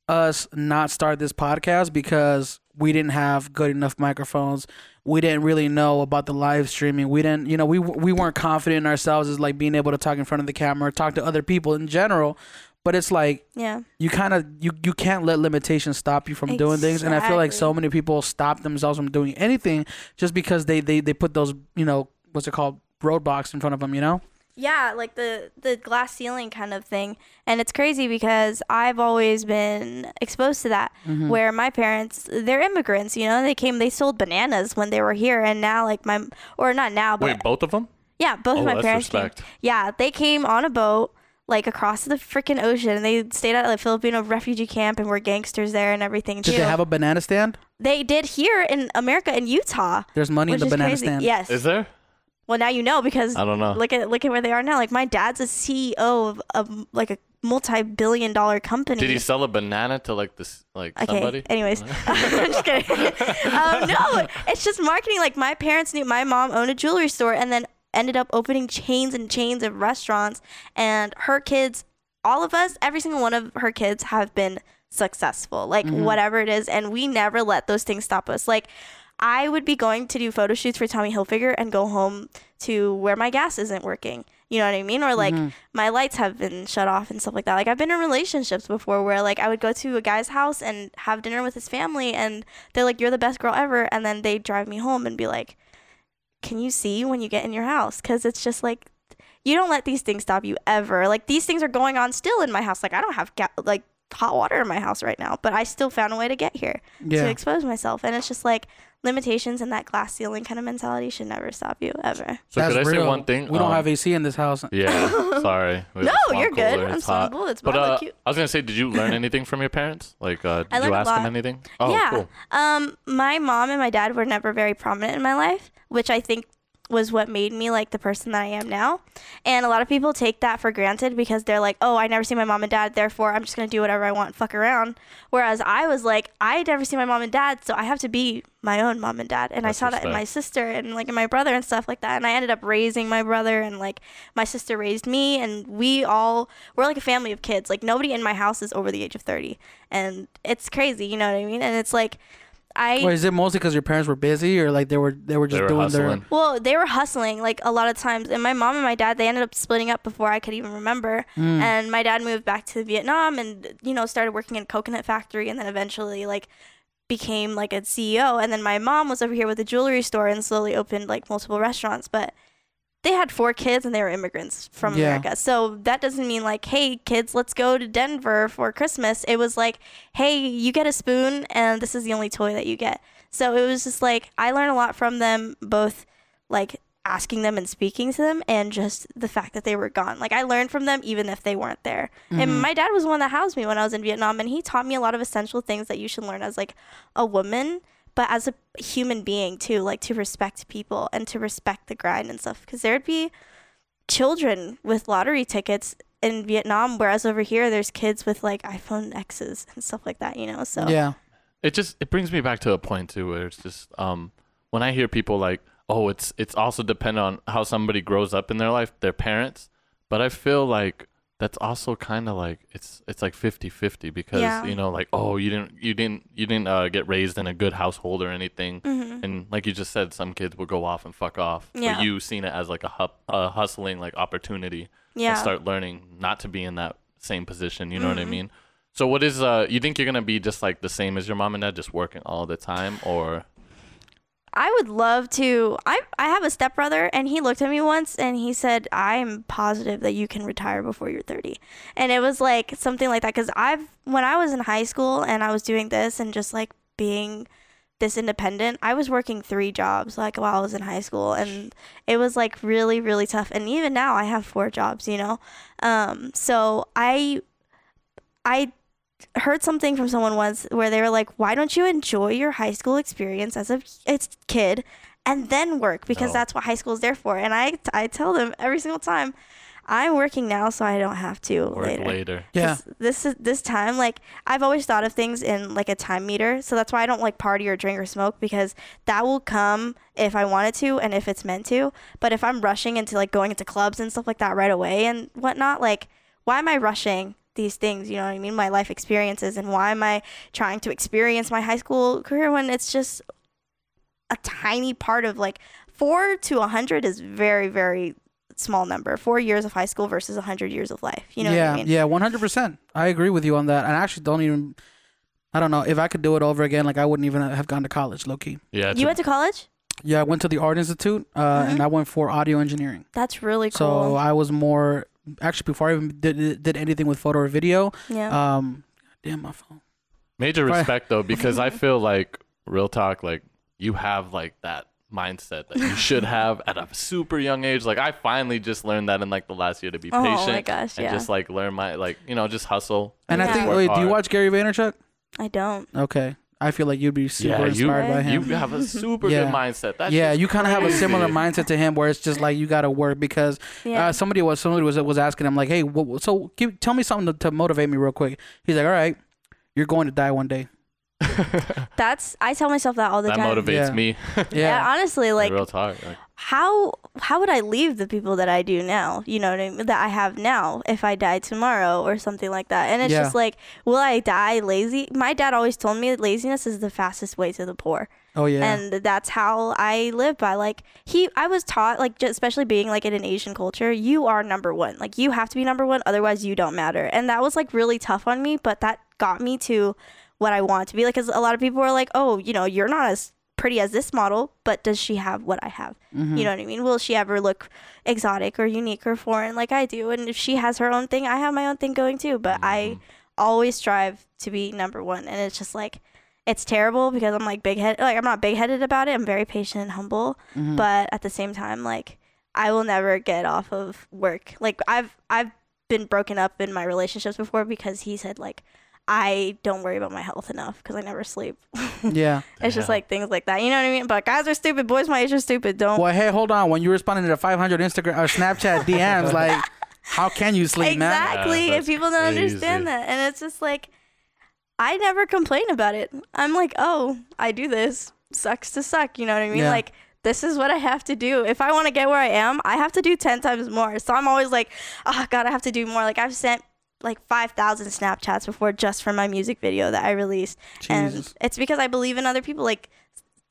us not start this podcast because we didn't have good enough microphones. We didn't really know about the live streaming. We didn't, you know, we we weren't confident in ourselves as like being able to talk in front of the camera, talk to other people in general. But it's like Yeah. you kind of you you can't let limitations stop you from doing things and i feel like so Exactly. many people stop themselves from doing anything just because they they, they put those you know what's it called roadblocks in front of them you know Yeah, like the the glass ceiling kind of thing. And it's crazy because I've always been exposed to that Mm-hmm. where my parents, they're immigrants, you know, they came they sold bananas when they were here and now like my or not now, but Wait, both of them? yeah, both Oh, of my that's parents came. respect. Yeah, they came on a boat like across the freaking ocean and they stayed at a Filipino refugee camp and were gangsters there and everything did too. they have a banana stand They did here in America in Utah. there's money Which in the is banana crazy. stand Yes. Is there? Well, now you know because I don't know. Look at look at where they are now. Like my dad's a CEO E of, of like a multi-billion dollar company. Did he sell a banana to like this like Okay. somebody? Anyways, I'm just kidding. um, no, it's just marketing. Like my parents knew my mom owned a jewelry store and then ended up opening chains and chains of restaurants. And her kids, all of us, every single one of her kids have been successful. Like Mm-hmm. whatever it is, and we never let those things stop us. Like. I would be going to do photo shoots for Tommy Hilfiger and go home to where my gas isn't working. You know what I mean? Or like my lights have been shut off and stuff like that. Like I've been in relationships before where like I would go to a guy's house and have dinner with his family and they're like, You're the best girl ever. And then they drive me home and be like, Can you see when you get in your house? Cause it's just like, you don't let these things stop you ever. Like these things are going on still in my house. Like I don't have ga- like hot water in my house right now, but I still found a way to get here Yeah. to expose myself. And it's just like limitations and that glass ceiling kind of mentality should never stop you ever. So could I say one thing? We don't Um, have AC in this house. Yeah, sorry. We have No, a swamp you're good. cooler. I'm It's swallowing hot. bullets, but But I look uh, cute. I was gonna say, did you learn anything from your parents? Like, uh, did you learned a ask them lot. anything? Oh, yeah. cool. Um, my mom and my dad were never very prominent in my life, which I think was what made me like the person that I am now. And a lot of people take that for granted because they're like, "Oh, I never see my mom and dad, therefore I'm just going to do whatever I want, and fuck around." Whereas I was like, "I never see my mom and dad, so I have to be my own mom and dad." And That's I saw that in respect. my sister and like in my brother and stuff like that. And I ended up raising my brother and like my sister raised me and we all we're like a family of kids. Like nobody in my house is over the age of 30. And it's crazy, you know what I mean? And it's like I Well, is it mostly because your parents were busy, or like they were they were just They were doing hustling. their? Well, they were hustling like a lot of times, and my mom and my dad they ended up splitting up before I could even remember. Mm. And my dad moved back to Vietnam, and you know started working in a coconut factory, and then eventually like became like a CEO. And then my mom was over here with a jewelry store and slowly opened like multiple restaurants, but. They had four kids and they were immigrants from Yeah. America. So that doesn't mean like, hey, kids, let's go to Denver for Christmas. It was like, hey, you get a spoon and this is the only toy that you get. So it was just like, I learned a lot from them, both like asking them and speaking to them and just the fact that they were gone like i learned from them even if they weren't there and my dad was the one that housed me when i was in vietnam and he taught me a lot of essential things that you should learn as like a woman but as a human being too like to respect people and to respect the grind and stuff because there'd be children with lottery tickets in vietnam whereas over here there's kids with like iphone x's and stuff like that you know so Yeah, It just it brings me back to a point too, where it's just um, when I hear people like, oh, it's it's also dependent on how somebody grows up in their life, their parents. But I feel like that's also kind of like it's it's like 50-50 because Yeah. you know like oh you didn't you didn't you didn't uh, get raised in a good household or anything and like you just said some kids will go off and fuck off Mm-hmm. Yeah. but you seen it as like a, hu- a hustling like opportunity Yeah. Mm-hmm. and start learning not to be in that same position. You know what I mean? So what is uh you think you're gonna be just like the same as your mom and dad, just working all the time or I would love to. I I have a stepbrother, and he looked at me once, and he said, "I'm positive that you can retire before you're 30." And it was like something like that, because I've when I was in high school and I was doing this and just like being this independent, I was working three jobs like while I was in high school, and it was like really really tough. And even now, I have four jobs, you know. Um, so I I heard something from someone once where they were like, "Why don't you enjoy your high school experience as a as a kid, and then work because No. that's what high school is there for." And I I tell them every single time, "I'm working now, so I don't have to work later? yeah. 'Cause This is this time like I've always thought of things in like a time meter, so that's why I don't like party or drink or smoke because that will come if I wanted to and if it's meant to. But if I'm rushing into like going into clubs and stuff like that right away and whatnot, like why am I rushing these things? You know what I mean? My life experiences and why am I trying to experience my high school career when it's just a tiny part of like four to a hundred is very very small number. Four years of high school versus a hundred years of life. You know yeah, what I mean? yeah, one hundred percent. I agree with you on that. And I actually don't even. I don't know if I could do it over again. Like I wouldn't even have gone to college, low key. Yeah. You went to college? Yeah, I went to the art institute, uh, and I went for audio engineering. That's really So Mm-hmm. uh, cool. I was more actually before I even did, did anything with photo or video. yeah. Um, damn my phone. Major Right. respect though, because I feel like real talk, like you have like that mindset that you should have at a super young age. Like I finally just learned that in like the last year to be Oh my patient gosh, and yeah. just like learn my like you know just hustle. And I Yeah. think Work wait, do you hard. watch Gary Vaynerchuk? I don't. Okay. I feel like you'd be super yeah, you, inspired by him. you have a super Yeah. good mindset. That's yeah, just you kind of have a similar crazy. mindset to him, where it's just like you got to work because Yeah. uh, somebody was somebody was was asking him like, hey, what, so give, tell me something to, to motivate me real quick. He's like, all right, you're going to die one day. That's I tell myself that all the That time. motivates Yeah. me. Yeah, honestly, like real talk. Like, how how would I leave the people that I do now? You know what I mean? That I have now if I die tomorrow or something like that. And it's Yeah. just like, will I die lazy? My dad always told me that laziness is the fastest way to the poor. Oh yeah. and that's how I live by like he I was taught like ju- especially being like in an Asian culture you are number one like you have to be number one otherwise you don't matter and that was like really tough on me but that got me to what I want to be like because a lot of people are like oh you know you're not as pretty as this model but does she have what I have Mm-hmm. you know what I mean will she ever look exotic or unique or foreign like I do and if she has her own thing I have my own thing going too but I always strive to be number one and it's just like it's terrible because I'm like big head like I'm not big headed about it. I'm very patient and humble, but at the same time, like I will never get off of work. Like I've I've been broken up in my relationships before because he said like I don't worry about my health enough because I never sleep. yeah. It's just like things like that. You know what I mean? But guys are stupid. Boys my age are stupid. Don't. Well, hey, hold on. When you responded to the 500 Instagram or Snapchat DMs, like, how can you sleep, man? Exactly. Yeah, and Ah, that's people don't crazy. understand that. And it's just like, I never complain about it. I'm like, oh, I do this. Sucks to suck. You know what I mean? Yeah. Like, this is what I have to do. If I want to get where I am, I have to do 10 times more. So I'm always like, oh, God, I have to do more. Like, I've sent like 5,000 Snapchats before just for my music video that I released. Jesus. And it's because I believe in other people. Like,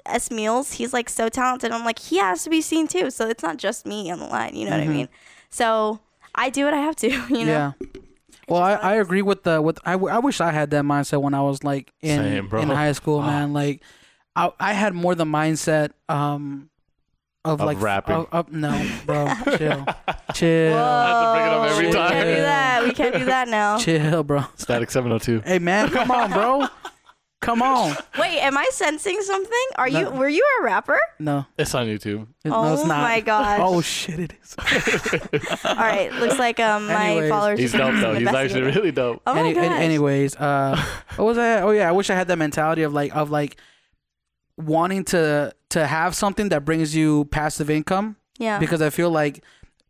S. Meals, he's like so talented. I'm like, he has to be seen too. So it's not just me on the line. You know what I mean? So I do what I have to, you know? Mm-hmm. Yeah. Well, I, I agree with the with I, w- I wish I had that mindset when I was like in Same, bro. Ah. in high school, man. Like, I I had more the mindset um of, Of like rapping. Of, of- no, bro, chill, chill, to bring it up Oh, every we time. can't do that. We can't do that now. chill, bro. Static 702. Hey, man, come on, bro, come on. Wait, am I sensing something? Are you? No. Were you a rapper? No, It's on YouTube. it- Oh no, it's not. my gosh. Oh shit, it is. All right, looks like um my Anyways. followers. He's are dope though. He's actually investigating. really dope. Oh my Any- an- gosh. anyways, uh, Mm-hmm. what was I? Oh yeah, I wish I had that mentality of like of like wanting to to have something that brings you passive income Yeah. because I feel like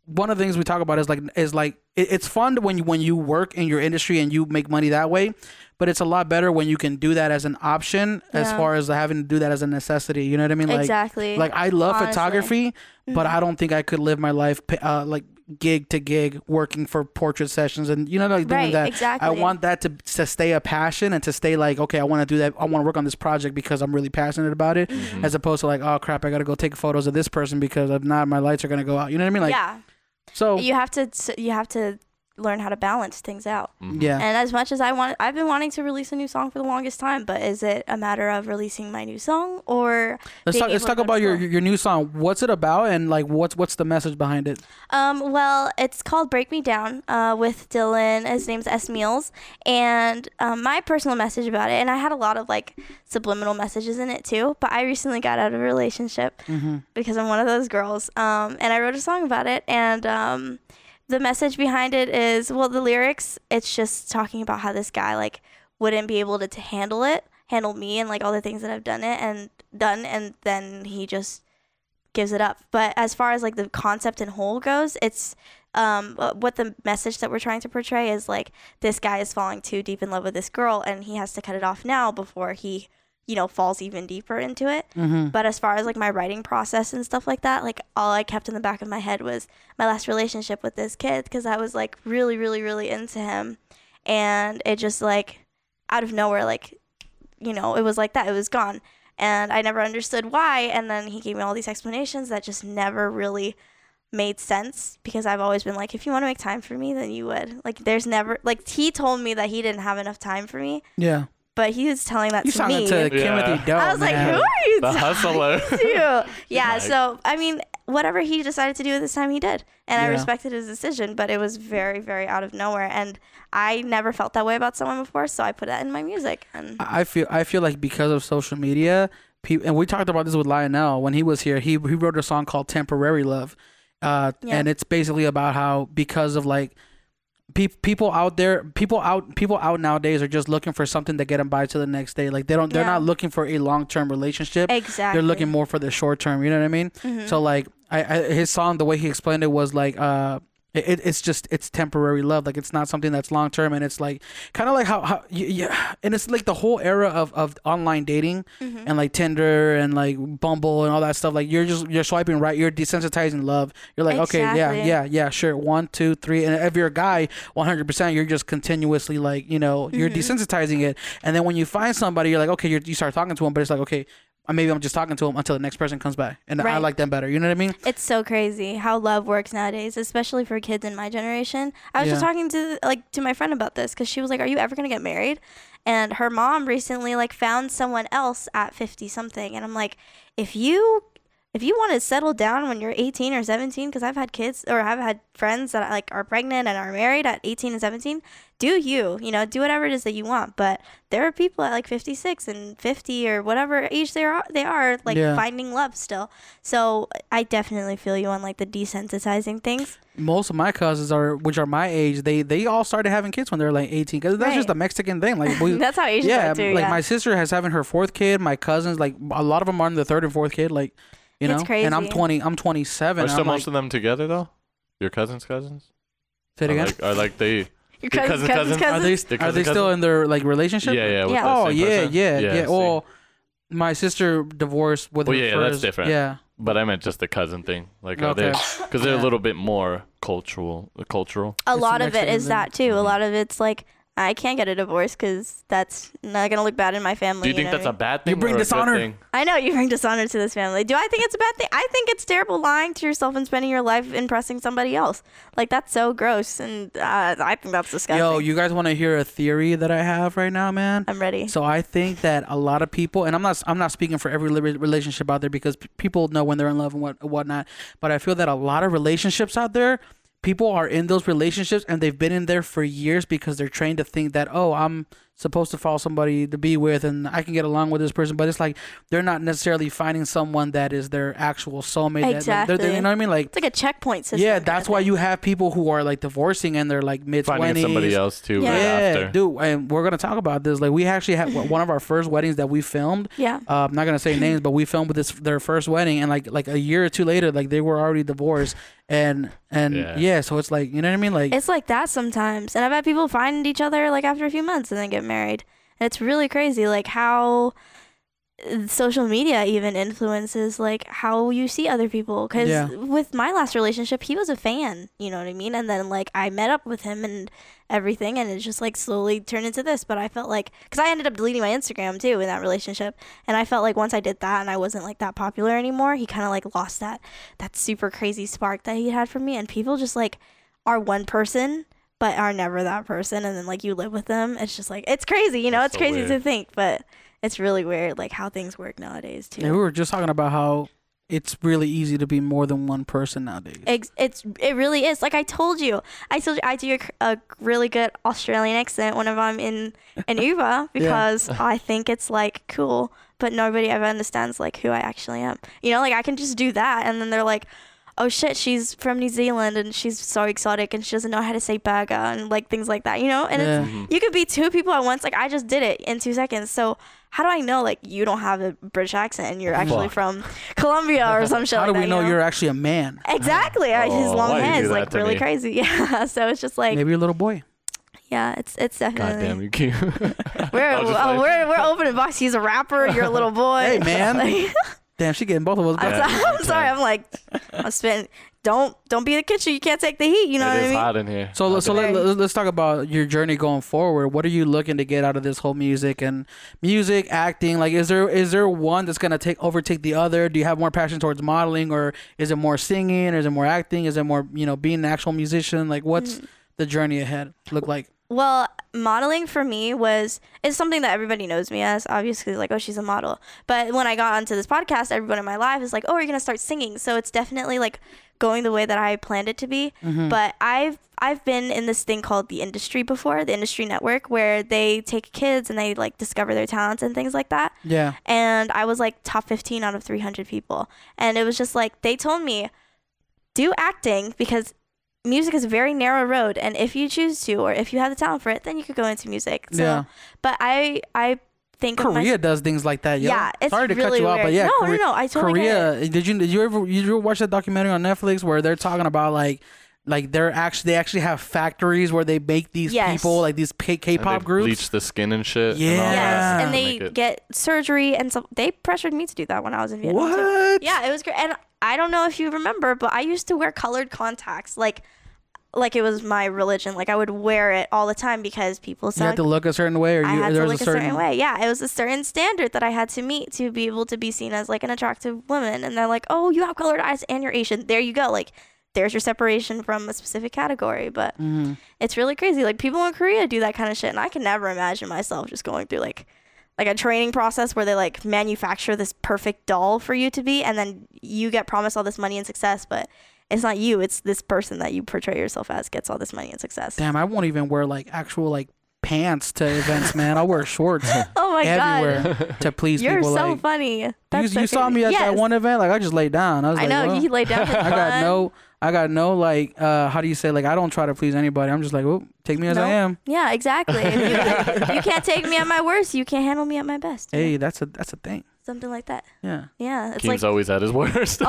one of the things we talk about is like is like it, it's fun when you when you work in your industry and you make money that way, but it's a lot better when you can do that as an option as Yeah. far as having to do that as a necessity. You know what I mean? Like, Exactly. Like I love Honestly. Mm-hmm. photography, but I don't think I could live my life pa- uh, like gig to gig working for portrait sessions and you know like doing Right, that. I exactly. want that to to stay a passion and to stay like okay, I want to do that. I want to work on this project because I'm really passionate about it, Mm. as opposed to like oh crap, I got to go take photos of this person because if not, my lights are gonna go out. You know what I mean? Like yeah. so You have to. s- You have to learn how to balance things out. Mm-hmm. Mm. yeah. And as much as I want, I've been wanting to release a new song for the longest time. But is it a matter of releasing my new song or? Let's being talk. Let's able to talk go to about your school? your your new song. What's it about and like what's what's the message behind it? Um, well, it's called Break Me Down uh, with Dylan. His name's S. Meals. And um, my personal message about it, and I had a lot of like subliminal messages in it too, but I recently got out of a relationship because I'm one of those girls. Um, and I wrote a song about it. And um, the message behind it is well, the lyrics, it's just talking about how this guy like wouldn't be able to, to handle it, handle me and like all the things that I've done it and done. And then he just gives it up. But as far as like the concept and whole goes, it's um, uh, what the message that we're trying to portray is like this guy is falling too deep in love with this girl, and he has to cut it off now before he, you know, falls even deeper into it. But as far as like my writing process and stuff like that, like all I kept in the back of my head was my last relationship with this kid because I was like really, really, really into him, and it just like out of nowhere, like you know, it was like that. It was gone. And I never understood why. And then he gave me all these explanations that just never really made sense because I've always been like, if you want to make time for me, then you would. Like, there's never, like, he told me that he didn't have enough time for me, Yeah, but he was telling that you to sounded me. to Yeah. Timothy Doe. I was like, man. who are you The talking hustler. to? Yeah. Like- so, I mean, whatever he decided to do at this time, he did. And I Yeah. respected his decision, but it was very, very out of nowhere. And I never felt that way about someone before. So I put that in my music. And I feel I feel like because of social media, people, and we talked about this with Lionel when he was here. He he wrote a song called "Temporary Love," uh, Yeah. and it's basically about how because of like pe- people out there people out people out nowadays are just looking for something to get them by to the next day like they don't they're Yeah. not looking for a long-term relationship Exactly. Mm-hmm. they're looking more for the short term you know what i mean so like I, I his song the way he explained it was like uh it, it- it's just it's temporary love like it's not something that's long term and it's like kind of like how, how y- yeah and it's like the whole era of, of online dating and like tinder and like bumble and all that stuff like you're just you're swiping right you're desensitizing love you're like okay yeah Exactly. yeah yeah, Uh, yeah, sure. One, two, three. And if you're a guy, 100%, you're just continuously like, you know, you're Mm-hmm. desensitizing it. And then when you find somebody, you're like, okay, you're, you start talking to them, but it's like, okay, uh, maybe I'm just talking to them until the next person comes by. And I Right. like them better. You know what I mean? It's so crazy how love works nowadays, especially for kids in my generation. I was just Yeah. talking to like to my friend about this because she was like, "Are you ever gonna get married?" And her mom recently like found someone else at fifty something, and I'm like, if you if you want to settle down when you're 18 or 17, because I've had kids or I've had friends that like are pregnant and are married at 18 and 17, do you, you know, do whatever it is that you want. But there are people at like 56 and 50 or whatever age they are, they are like Yeah. finding love still. So I definitely feel you on like the desensitizing things. Most of my cousins are, which are my age, they they all started having kids when they were like 18. Because that's Right. just a Mexican thing. Like we, That's how Asians yeah, are too. like yeah. my sister has having her fourth kid. My cousins, like a lot of them are in the third and fourth kid. Like, you know, It's and I'm crazy. 20. I'm 27. Are and still I'm like, most of them together though? Your cousins, cousins? say it Are again. like, are like they? Your Your cousin- cousins, cousins, cousin? are they cousins. Their are they cousin- still cousin? in their like Yeah, relationship? yeah. with Yeah. that Oh same yeah, person? yeah, yeah. I see. Well, my sister divorced with Well, her yeah, first. that's different. Yeah, but I meant just the cousin thing. Like, are Okay. they? Because they're a little bit more cultural. uh, Cultural. A It's lot the of it Mexican Mm-hmm. is thing. that too. A lot of it's like, I can't get a divorce because that's not going to look bad in my family. Do you think know what that's I mean? a bad thing? bring or a good dishonor. Thing? I know you bring dishonor to this family. Do I think it's a bad thing? I think it's terrible lying to yourself and spending your life impressing somebody else. Like that's so gross, and uh, I think that's disgusting. Yo, you guys want to hear a theory that I have right now, man? I'm ready. So I think that a lot of people, and I'm not, I'm not speaking for every li- relationship out there because p- people know when they're in love and what whatnot. But I feel that a lot of relationships out there, people are in those relationships and they've been in there for years because they're trained to think that oh, I'm supposed to follow somebody to be with and I can get along with this person. But it's like they're not necessarily finding someone that is their actual soulmate. that- like, they're- they're- you Exactly. know what I mean? Like it's like a checkpoint system. yeah, kind of that's why thing. you have people who are like divorcing and they're like mid twenties. Finding somebody else too. Yeah. Right Yeah, after. dude, and we're gonna talk about this. Like, we actually had one of our first weddings that we filmed. Yeah. Uh, I'm not gonna say names, but we filmed with this their first wedding, and like like a year or two later, like they were already divorced, and and yeah, Yeah. so it's like you know what I mean, like It's like that sometimes, and I've had people find each other like after a few months and then get married. And it's really crazy, like how uh, social media even influences like how you see other people. Because Yeah. with my last relationship, he was a fan, you know what I mean? And then like I met up with him and everything, and it just like slowly turned into this. But I felt like because I ended up deleting my Instagram too in that relationship, and I felt like once I did that and I wasn't like that popular anymore, he kind of like lost that that super crazy spark that he had for me. And people just like are one person but are never that person and then like you live with them it's just like it's crazy you know That's it's so crazy weird. to think but it's really weird like how things work nowadays too yeah, we were just talking about how it's really easy to be more than one person nowadays. Ex- it's it really is like I told you. I told you I do a, cr- a really good Australian accent whenever I'm in an Uber because I think it's like cool, but nobody ever understands like who I actually am. You know, like I can just do that, and then they're like, "Oh shit, she's from New Zealand and she's so exotic and she doesn't know how to say burger and like things like that." You know, and Yeah. it's, you could be two people at once. Like I just did it in two seconds. So how do I know like you don't have a British accent and you're actually Fuck. from Colombia or some shit? How do like we that, you know you're actually a man? Exactly. I his Oh, long why'd you hair do is that like to really me? crazy. Yeah. So it's just like Maybe a little boy. yeah, it's it's God definitely damn, you cute. we're I oh, was just like- we're we're opening box. He's a rapper. You're a little Hey, boy. man. Like, Damn, she getting both of us. I'm, back. so- Yeah, I'm sorry. I'm like I'm spitting. Don't don't be in the kitchen. You can't take the heat. You know what it I is mean? hot in here. So, I'll let- so do it. let, let- let's talk about your journey going forward. What are you looking to get out of this whole music and music acting? Like, is there is there one that's gonna take overtake the other? Do you have more passion towards modeling, or is it more singing, or is it more acting? Is it more you know being an actual musician? Like, what's Mm. the journey ahead look like? Well, modeling for me was is something that everybody knows me as. Obviously, like oh, she's a model. But when I got onto this podcast, everyone in my life is like, oh, you're gonna start singing. So it's definitely like going the way that I planned it to be. But I've I've been in this thing called the industry before, the industry network, where they take kids and they like discover their talents and things like that Yeah, and I was like top 15 out of 300 people. And it was just like they told me do acting because music is a very narrow road, and if you choose to, or if you have the talent for it, then you could go into music. So, Yeah. But I I think of Korea myself- does things like that. Yo. Yeah, it's sorry to cut really you out, but weird. yeah, No, no, Korea, no, I totally get Korea. Did you did you ever you ever watch that documentary on Netflix where they're talking about like like they're actually they actually have factories where they make these Yes. people like these K- K-pop groups. bleach the skin and shit. And all Yes, that yes, Yeah. and they Ah. make it- get surgery and some. They pressured me to do that when I was in Vietnam. too. What? Yeah, it was great. And I don't know if you remember, but I used to wear colored contacts, like like it was my religion. Like I would wear it all the time because people You said had to look a certain way, or you, I had there to was look a certain, way. Yeah, it was a certain standard that I had to meet to be able to be seen as like an attractive woman. And they're like, "Oh, you have colored eyes and you're Asian. There you go." Like, there's your separation from a specific category. But Mm-hmm. it's really crazy. Like people in Korea do that kind of shit, and I can never imagine myself just going through like like a training process where they like manufacture this perfect doll for you to be, and then you get promised all this money and success, but it's not you. It's this person that you portray yourself as gets all this money and success. Damn, I won't even wear like actual like pants to events, man. I'll wear shorts Oh my god. everywhere to please You're people. so like, funny. you, That's so you saw crazy. me at that Yes. one event, like I just laid down. I was I like, know "Well, you laid down. For I got fun. no, I got no like, uh, how do you say? Like I don't try to please anybody. I'm just like, oh, take me as I Nope. am. Yeah, exactly. If you, you can't take me at my worst. You can't handle me at my best. Hey, that's a that's a thing. Something like that. Yeah. Yeah, it's Keem's like Oh, always at his worst.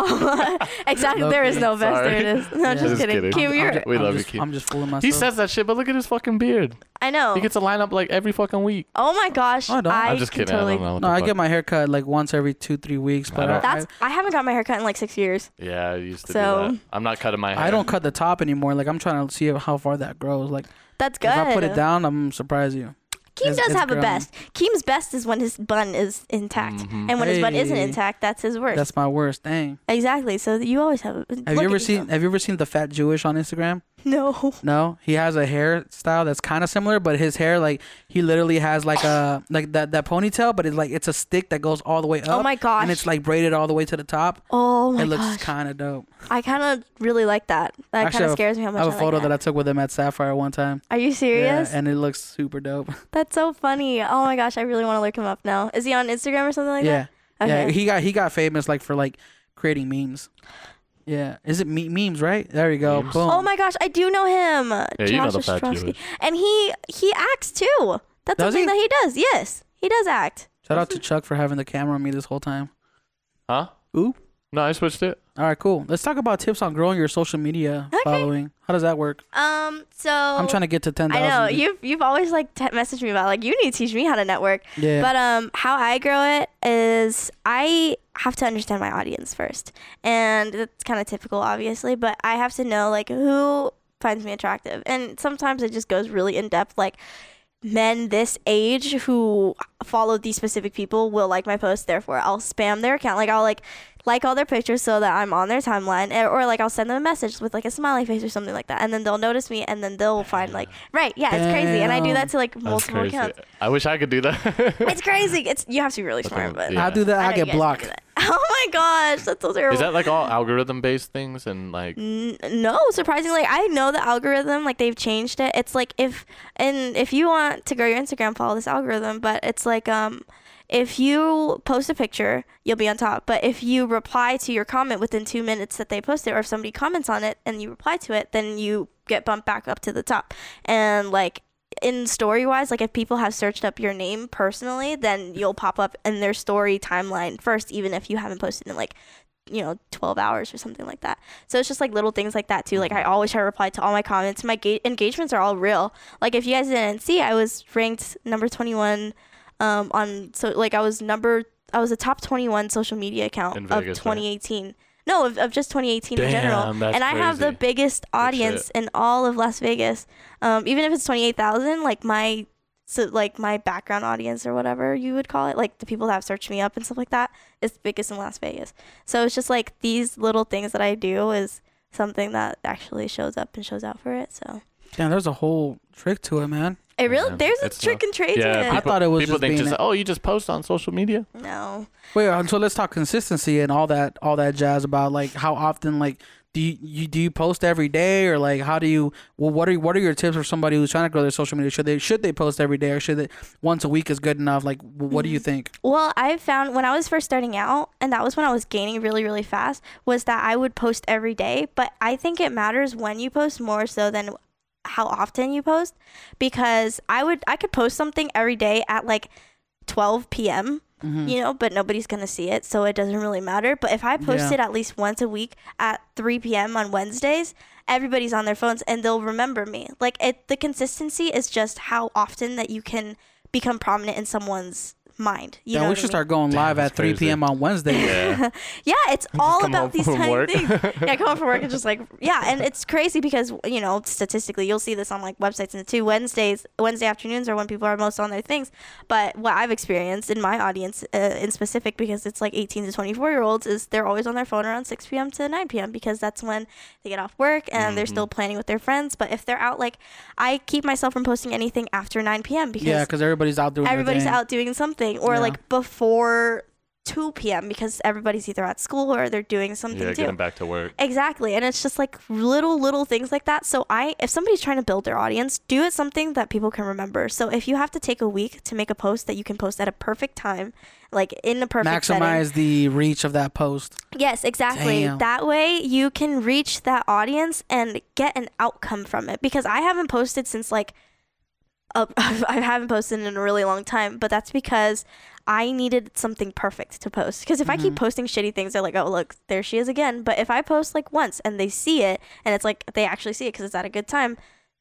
exactly. There is no best. Sorry. There it is. No, just, Just kidding. kidding. Keem, you're. We I'm love you, just, Keem. I'm just fooling myself. He says that shit, but look at his fucking beard. I know. He gets a lineup like every fucking week. Oh my gosh. No, I Oh. I don't. I'm just can kidding. Totally. I don't know. What no, the I fuck. get my hair cut like once every two three weeks, but I I, don't- That's. I haven't got my hair cut in like six years. Yeah, I used to So- do that. I'm not cutting my hair. I, I don't cut the top anymore. Like I'm trying to see how far that grows. Like That's good. if I put it down, I'm surprised you. Keem It's- does it's have a grown. best. Keem's best is when his bun is intact, Mm-hmm. and when his bun isn't Hey. intact, that's his worst. That's my worst thing. exactly. So you always have. A, Have look you ever at seen yourself. Have you ever seen the fat Jewish on Instagram? No. No, he has a hairstyle that's kind of similar, but his hair like he literally has like a like that that ponytail, but it's like it's a stick that goes all the way up. Oh my gosh. And it's like braided all the way to the top. Oh my it looks gosh. kind of dope. I kind of really like that. Actually, That kind I of have- scares me how much I I, have a photo like that. that. I took with him at Sapphire one time. Are you serious? Yeah, and it looks super dope. That's so funny. Oh my gosh, I really want to look him up now. Is he on Instagram or something like yeah, that? yeah. Okay. He got he got famous like for like creating memes. Yeah, is it me- memes? Right there you go. Memes. Boom. oh my gosh, I do know him. Yeah, you know the fat Jewish. And he he acts too. That's Does something he? that he does. Yes, he does act. Shout out to Chuck for having the camera on me this whole time. Huh? Oop. No, I switched it. All right, cool. Let's talk about tips on growing your social media Okay. following. How does that work? Um. So I'm trying to get to ten I thousand. know you've you've always like te- messaged me about like you need to teach me how to network. Yeah. But um, how I grow it is I have to understand my audience first, and that's kind of typical, obviously. But I have to know like who finds me attractive, and sometimes it just goes really in depth, like men this age who follow these specific people will like my post therefore i'll spam their account like i'll like like all their pictures so that i'm on their timeline eh, or, or like i'll send them a message with like a smiley face or something like that and then they'll notice me and then they'll find like right yeah it's crazy and i do Damn. that to like That's multiple crazy. accounts I wish I could do that. it's crazy it's you have to be really smart but yeah. I do that. I, know you get guys blocked. can do that. oh my gosh that's so terrible Is that like all algorithm based things and like N- no surprisingly i know the algorithm like they've changed it it's like if and if you want to grow your instagram follow this algorithm but it's like um if you post a picture you'll be on top but if you reply to your comment within two minutes that they post it or if somebody comments on it and you reply to it then you get bumped back up to the top and like in story wise like if people have searched up your name personally then you'll pop up in their story timeline first even if you haven't posted in like you know 12 hours or something like that so it's just like little things like that too like Mm-hmm. i always try to reply to all my comments my ga- engagements are all real like if you guys didn't see i was ranked number 21 um on so like i was number i was a top 21 social media account In of Vegas, right? 2018 no of, of just 2018 in general Damn, that's and i have the crazy. biggest audience in all of las vegas um even if it's 28000 like my so like my background audience or whatever you would call it, like the people that have searched me up and stuff like that, is the biggest in Las Vegas. So it's just like these little things that I do is something that actually shows up and shows out for it. So Damn, there's a whole trick to it, man. it really Yeah, there's a it's trick not- and trade yeah, to it. people, I thought it was people just think being just a- oh you just post on social media. No, Wait, uh, so let's talk consistency and all that, all that jazz about like how often like do you, you do you post every day or like how do you well what are what are your tips for somebody who's trying to grow their social media should they should they post every day or should they once a week is good enough like wh- what Mm-hmm. do you think Well, I found when I was first starting out, and that was when I was gaining really, really fast, was that I would post every day. But I think it matters when you post more so than how often you post, because I would I could post something every day at like 12 p.m. You know, but nobody's gonna see it, so it doesn't really matter. But if I post Yeah. it at least once a week at 3 p.m. on Wednesdays, everybody's on their phones and they'll remember me. Like it, the consistency is just how often that you can become prominent in someone's mind. You yeah know we what I should mean? start going live that's at 3 crazy. p.m on wednesday Yeah. Yeah, it's all come home about these from tiny work. things. Yeah, come home from work and just like yeah, and it's crazy because you know statistically you'll see this on like websites and too. Wednesdays, Wednesday afternoons are when people are most on their things. But what I've experienced in my audience uh, in specific, because it's like 18 to 24 year olds, is they're always on their phone around 6 p.m. to 9 p.m. because that's when they get off work and they're still planning with their friends. But if they're out, like I keep myself from posting anything after 9 p.m. because yeah because everybody's out doing their everybody's thing. out doing something or Yeah. like before 2 p.m. because everybody's either at school or they're doing something yeah, too. getting back to work. Exactly. And it's just like little little things like that. So I if somebody's trying to build their audience, do it something that people can remember. So if you have to take a week to make a post that you can post at a perfect time, like in the perfect setting. maximize the reach of that post Yes, exactly. Damn. That way you can reach that audience and get an outcome from it. Because I haven't posted since like, uh, I haven't posted in a really long time, but that's because I needed something perfect to post. Because if I Mm-hmm. keep posting shitty things, they're like, oh, look, there she is again. But if I post like once and they see it and it's like they actually see it because it's at a good time,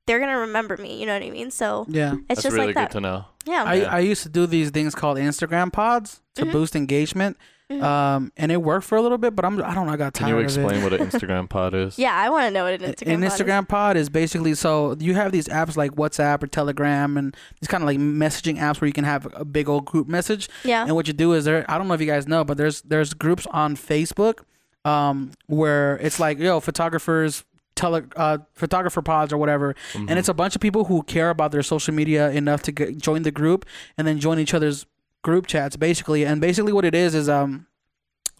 they're going to remember me. You know what I mean? So yeah it's That's just really like good that. to know. yeah. I, Yeah. I used to do these things called Instagram pods to Mm-hmm. boost engagement, um, and it worked for a little bit. But I'm I don't know I got Can tired you of it. explain what an Instagram pod is? yeah, I want to know what an Instagram An bot is. Instagram pod is basically so you have these apps like WhatsApp or Telegram and these kind of like messaging apps where you can have a big old group message. Yeah. And what you do is there I don't know if you guys know, but there's there's groups on Facebook um where it's like, yo, photographers tele uh photographer pods or whatever and it's a bunch of people who care about their social media enough to get, join the group and then join each other's group chats basically and basically what it is is um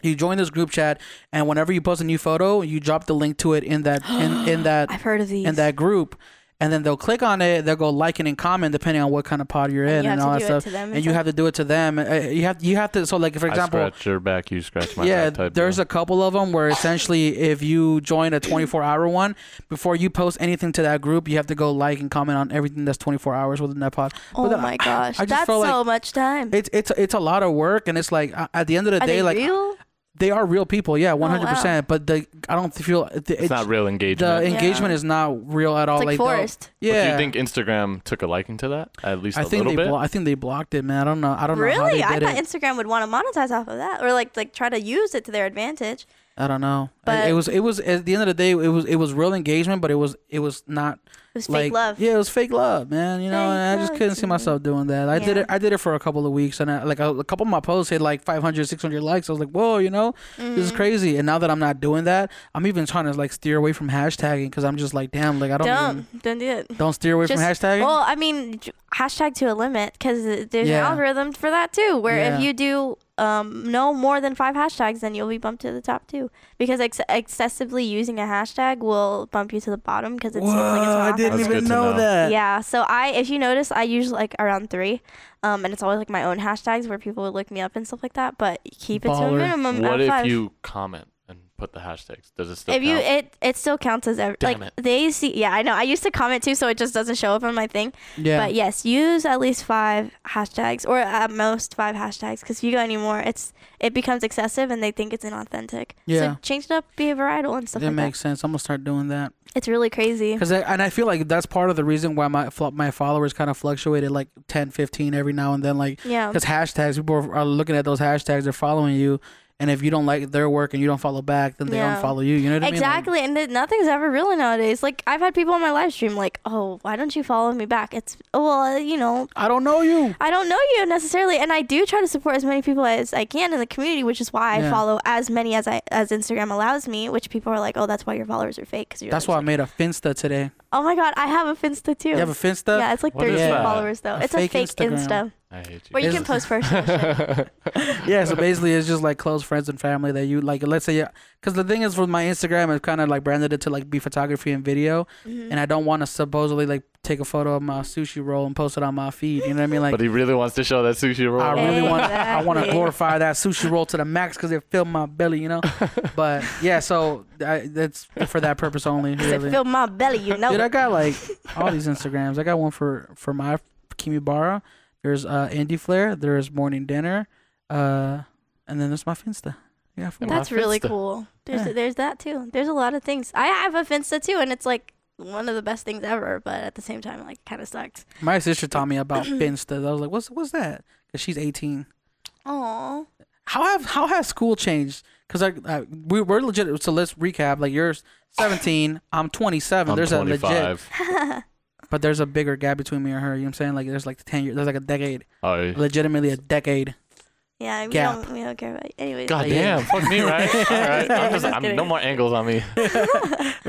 you join this group chat and whenever you post a new photo you drop the link to it in that in, in that I've heard of these. in that group and then they'll click on it they'll go liking and comment depending on what kind of pod you're in you and, have to all that do it stuff to them and and you stuff. have to do it to them Uh, you have you have to so like for example I scratch your back, you scratch my yeah back type there's a couple of them where essentially if you join a 24 hour one before you post anything to that group you have to go like and comment on everything that's 24 hours within that pod But oh then my gosh. I just That's so felt like- much time. it's it's it's a lot of work and it's like a- at the end of the Are day they like real? Oh, they are real people yeah 100% but the i don't feel it's, It's not real engagement. the Yeah. engagement is not real at all like they'll- forced. But yeah Do you think Instagram took a liking to that? At least a I think little they bit. blo- I think they blocked it, man. I don't know. I don't know how they Really? I did thought it. Instagram would want to monetize off of that, or like like try to use it to their advantage. I don't know. I- But- it was it was at the end of the day, it was it was real engagement, but it was it was not It was fake like love. yeah, it was fake love, man. You know, Fake and I just love couldn't see to myself doing that. I did Yeah. it. I did it for a couple of weeks, and I, like a, a couple of my posts had like 500, 600 likes. I was like, whoa, you know, this Mm. is crazy. And now that I'm not doing that, I'm even trying to like steer away from hashtagging because I'm just like, damn, like I don't Don't even- don't do it. don't steer away Just from hashtagging. well, I mean, j- hashtag to a limit because there's Yeah. an algorithm for that too. Where Yeah. if you do um, no more than five hashtags, then you'll be bumped to the top too. Because ex- excessively using a hashtag will bump you to the bottom because it Whoa, seems like it's I not. didn't That's even good to know, know. that. Yeah. So I, if you notice, I usually like around three, um, and it's always like my own hashtags where people would look me up and stuff like that. But keep it to a Baller. minimum. what at if five. you comment and put the hashtags? Does it still if you count? it it still counts as every, Damn like it. they see yeah i know i used to comment too so it just doesn't show up on my thing Yeah. but yes use at least five hashtags or at most five hashtags because if you go any more it's it becomes excessive and they think it's inauthentic Yeah. so change it up be varietal and stuff It like makes sense. I'm gonna start doing that. that it's really crazy Cause I, and I feel like that's part of the reason why my fl- my followers kind of fluctuated like 10, 15 every now and then. Like, Yeah. Because hashtags, people are, are looking at those hashtags, they're following you, and if you don't like their work and you don't follow back, then they Yeah. don't follow you. You know what I mean? Like, Exactly, and it, nothing's ever really nowadays. Like I've had people on my live stream like, "Oh, why don't you follow me back?" It's oh, well, you know, I don't know you. I don't know you necessarily, and I do try to support as many people as I can in the community, which is why Yeah. I follow as many as I as Instagram allows me. Which people are like, "Oh, that's why your followers are fake." Because That's why I made a finsta today. Oh my god, I have a Finsta too. You have a finsta? yeah, it's like What is thirteen that? followers though. A it's fake a fake Instagram. Insta. I hate you. Or you Is- can post personal shit. yeah, so basically it's just like close friends and family that you like. Let's say, yeah, because the thing is with my Instagram, I've kind of like branded it to like be photography and video, Mm-hmm. and I don't want to supposedly like take a photo of my sushi roll and post it on my feed. You know what I mean? Like, but he really wants to show that sushi roll. I really want I want to Exactly. glorify that sushi roll to the max because it filled my belly, you know. But yeah, so I, that's for that purpose only. Said, Really. fill my belly, you know. Dude, I it." got like all these Instagrams. I got one for for my Kimibara. There's uh Andy Flair. There's Morning Dinner. Uh, and then there's my Finsta. Yeah, for That- That's my really Finsta. cool. There's Yeah. there's that too. There's a lot of things. I have a Finsta too, and it's like one of the best things ever. But at the same time, like kind of sucked. my sister taught me about Finsta. I was like, what's what's that? Cause she's 18. Aww. How have how has school changed? Cause I, I we we're legit. So let's recap. Like you're 17. I'm 27. I'm there's a legit 25. but there's a bigger gap between me and her. You know what I'm saying? Like there's like ten years. There's like a decade, Oh, legitimately a decade. Yeah, we Gap. don't we don't care about it. anyways. God but yeah. damn, fuck me, right? All right. I'm just, Just I'm, kidding. no more angles on me.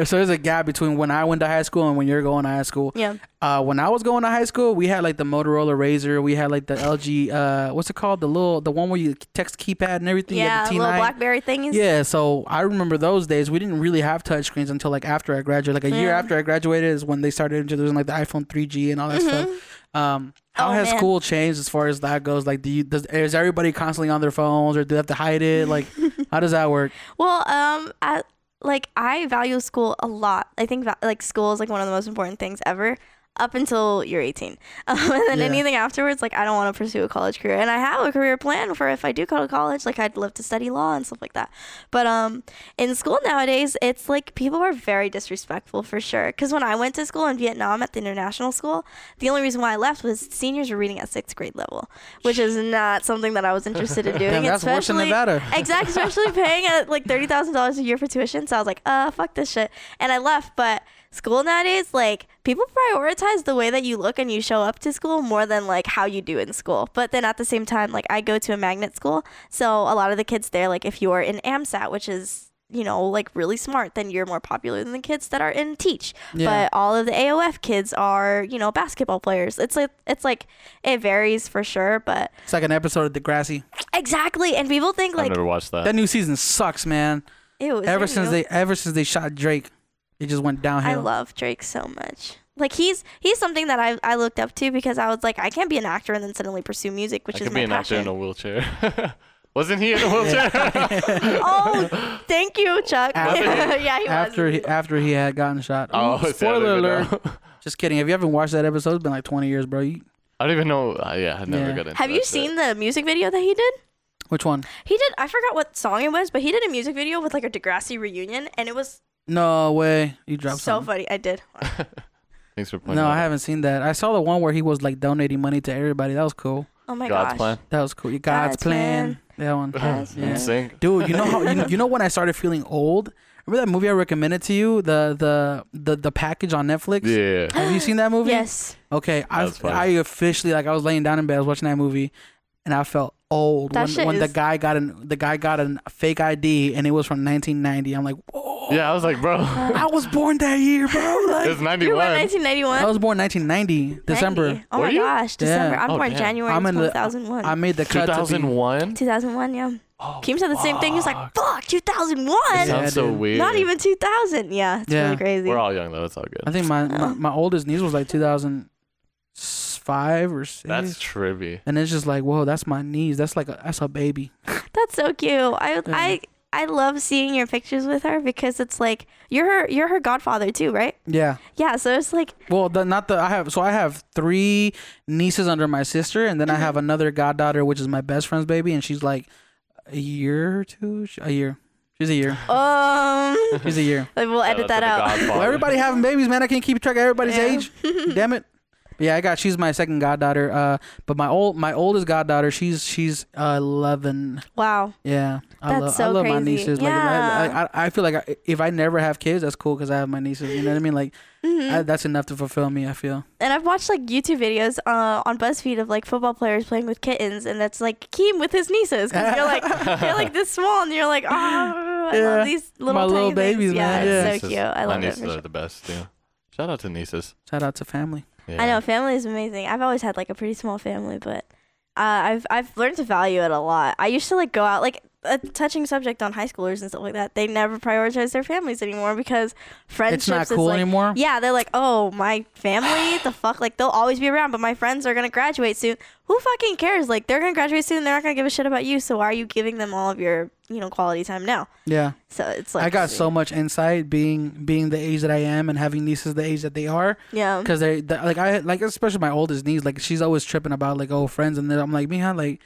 So there's a gap between when I went to high school and when you're going to high school. Yeah. Uh, when I was going to high school, we had like the Motorola Razor. We had like the LG. Uh, what's it called? The little, the one where you text keypad and everything. you Yeah, had the little T9. BlackBerry thingies. Yeah, so I remember those days. We didn't really have touchscreens until like after I graduated. Like a year Yeah. after I graduated is when they started introducing like the iPhone 3G and all that stuff. Um, how Oh, has man. school changed as far as that goes? Like, do you does is everybody constantly on their phones or do they have to hide it? Like, how does that work? Well, um, I, like I value school a lot. I think va- like school is like one of the most important things ever up until you're 18. Um, and then Yeah. anything afterwards, like I don't want to pursue a college career. And I have a career plan for if I do go to college, like I'd love to study law and stuff like that. But um, in school nowadays, it's like people are very disrespectful for sure. Because when I went to school in Vietnam at the international school, the only reason why I left was seniors were reading at sixth grade level, which is not something that I was interested in doing. Damn, that's worse than especially- Nevada. Exactly, especially paying at like thirty thousand dollars a year for tuition. So I was like, uh, fuck this shit, and I left. But school nowadays, like people prioritize the way that you look and you show up to school more than like how you do in school. But then at the same time, like I go to a magnet school, so a lot of the kids there, like if you're in AMSAT, which is you know like really smart, then you're more popular than the kids that are in teach. Yeah. But all of the AOF kids are you know basketball players. It's like it's like it varies for sure, but It's like an episode of Degrassi. exactly. And people think I've like never watched that. That new season sucks, man. it was Ever since they ever since they shot Drake, it just went I downhill. love Drake so much. Like he's he's something that I I looked up to because I was like I can't be an actor and then suddenly pursue music, which I is could my be an actor passion. in a wheelchair. Wasn't he in a wheelchair? oh, thank you, Chuck. After- yeah, he after was. he, after he had gotten shot. Oh, Ooh, see, I spoiler don't even alert. know. Just kidding. If you haven't watched that episode, it's been like 20 years, bro. You, I don't even know. Uh, yeah, I never Yeah. got into Have you seen the music video that he did? which one? He did. I forgot what song it was, but he did a music video with like a Degrassi reunion, and it was No way. You dropped so something. funny. I did. Thanks for pointing No, that I out. haven't seen that. I saw the one where he was like donating money to everybody. That was cool. Oh my God's gosh. plan. That was cool. God's, God's plan. That one. God's Yeah. In sync. Dude, you know how you know, you know when I started feeling old? Remember that movie I recommended to you? The the the the package on Netflix? Yeah. Have you seen that movie? Yes. Okay, I was funny. I officially like I was laying down in bed, I was watching that movie, and I felt old That when, shit when the is- guy got an the guy got an a fake ID and it was from 1990. I'm like, whoa, Yeah, I was like, bro, I was born that year, bro. it Like, was You were 91. in 1991. I was born 1990 Oh, December. Oh Were my you? gosh, December. I'm Oh, born damn. January I'm in the- 2001. I made the cut to be 2001? 2001, yeah. Oh, Keem said the same thing. He was like, fuck, 2001. Yeah, Sounds so dude. weird. Not even 2000. Yeah, it's Yeah. really crazy. We're all young though. It's all I good. think my, my, my oldest niece was like 2005 or six. That's trivy. and it's just like, whoa, that's my niece. That's like a, that's a baby. That's so cute. I Mm. I I love seeing your pictures with her because it's like you're her you're her godfather too, right? Yeah. Yeah, so it's like Well, the, not the I have so I have three nieces under my sister, and then I have another goddaughter, which is my best friend's baby, and she's like a year or two, sh- a year. She's a year. um She's a year. we'll edit that out. Well, everybody having babies, man. I can't keep track of everybody's age. Damn it. But yeah, I got. She's my second goddaughter. Uh, but my old my oldest goddaughter, she's she's eleven. Wow. Yeah, I That's love I so love my crazy. nieces. Like, Yeah. I, I I feel like I, if I never have kids, that's cool because I have my nieces. You know what I mean? Like, Mm-hmm. I, that's enough to fulfill me. I feel. And I've watched like YouTube videos uh, on BuzzFeed of like football players playing with kittens, and that's like Keem with his nieces. Cause you're like you're like this small, and you're like, oh, I Yeah. love these little My little tiny things." babies, yeah, man. it's Yeah. so cute. I My love it. for nieces sure. are the best. Yeah. Shout out to nieces. Shout out to family. Yeah. I know family is amazing. I've always had like a pretty small family, but uh, I've I've learned to value it a lot. I used to like go out like a touching subject on high schoolers and stuff like that. They never prioritize their families anymore because friendships. is, cool like- anymore? Yeah, they're like, oh, my family, the fuck, like they'll always be around, but my friends are gonna graduate soon. Who fucking cares? Like they're gonna graduate soon. They're not gonna give a shit about you. So why are you giving them all of your you know quality time now? Yeah. So it's like I got so much insight being being the age that I am and having nieces the age that they are. yeah. Cause they the, like I like especially my oldest niece like she's always tripping about like oh friends and then I'm like Mija like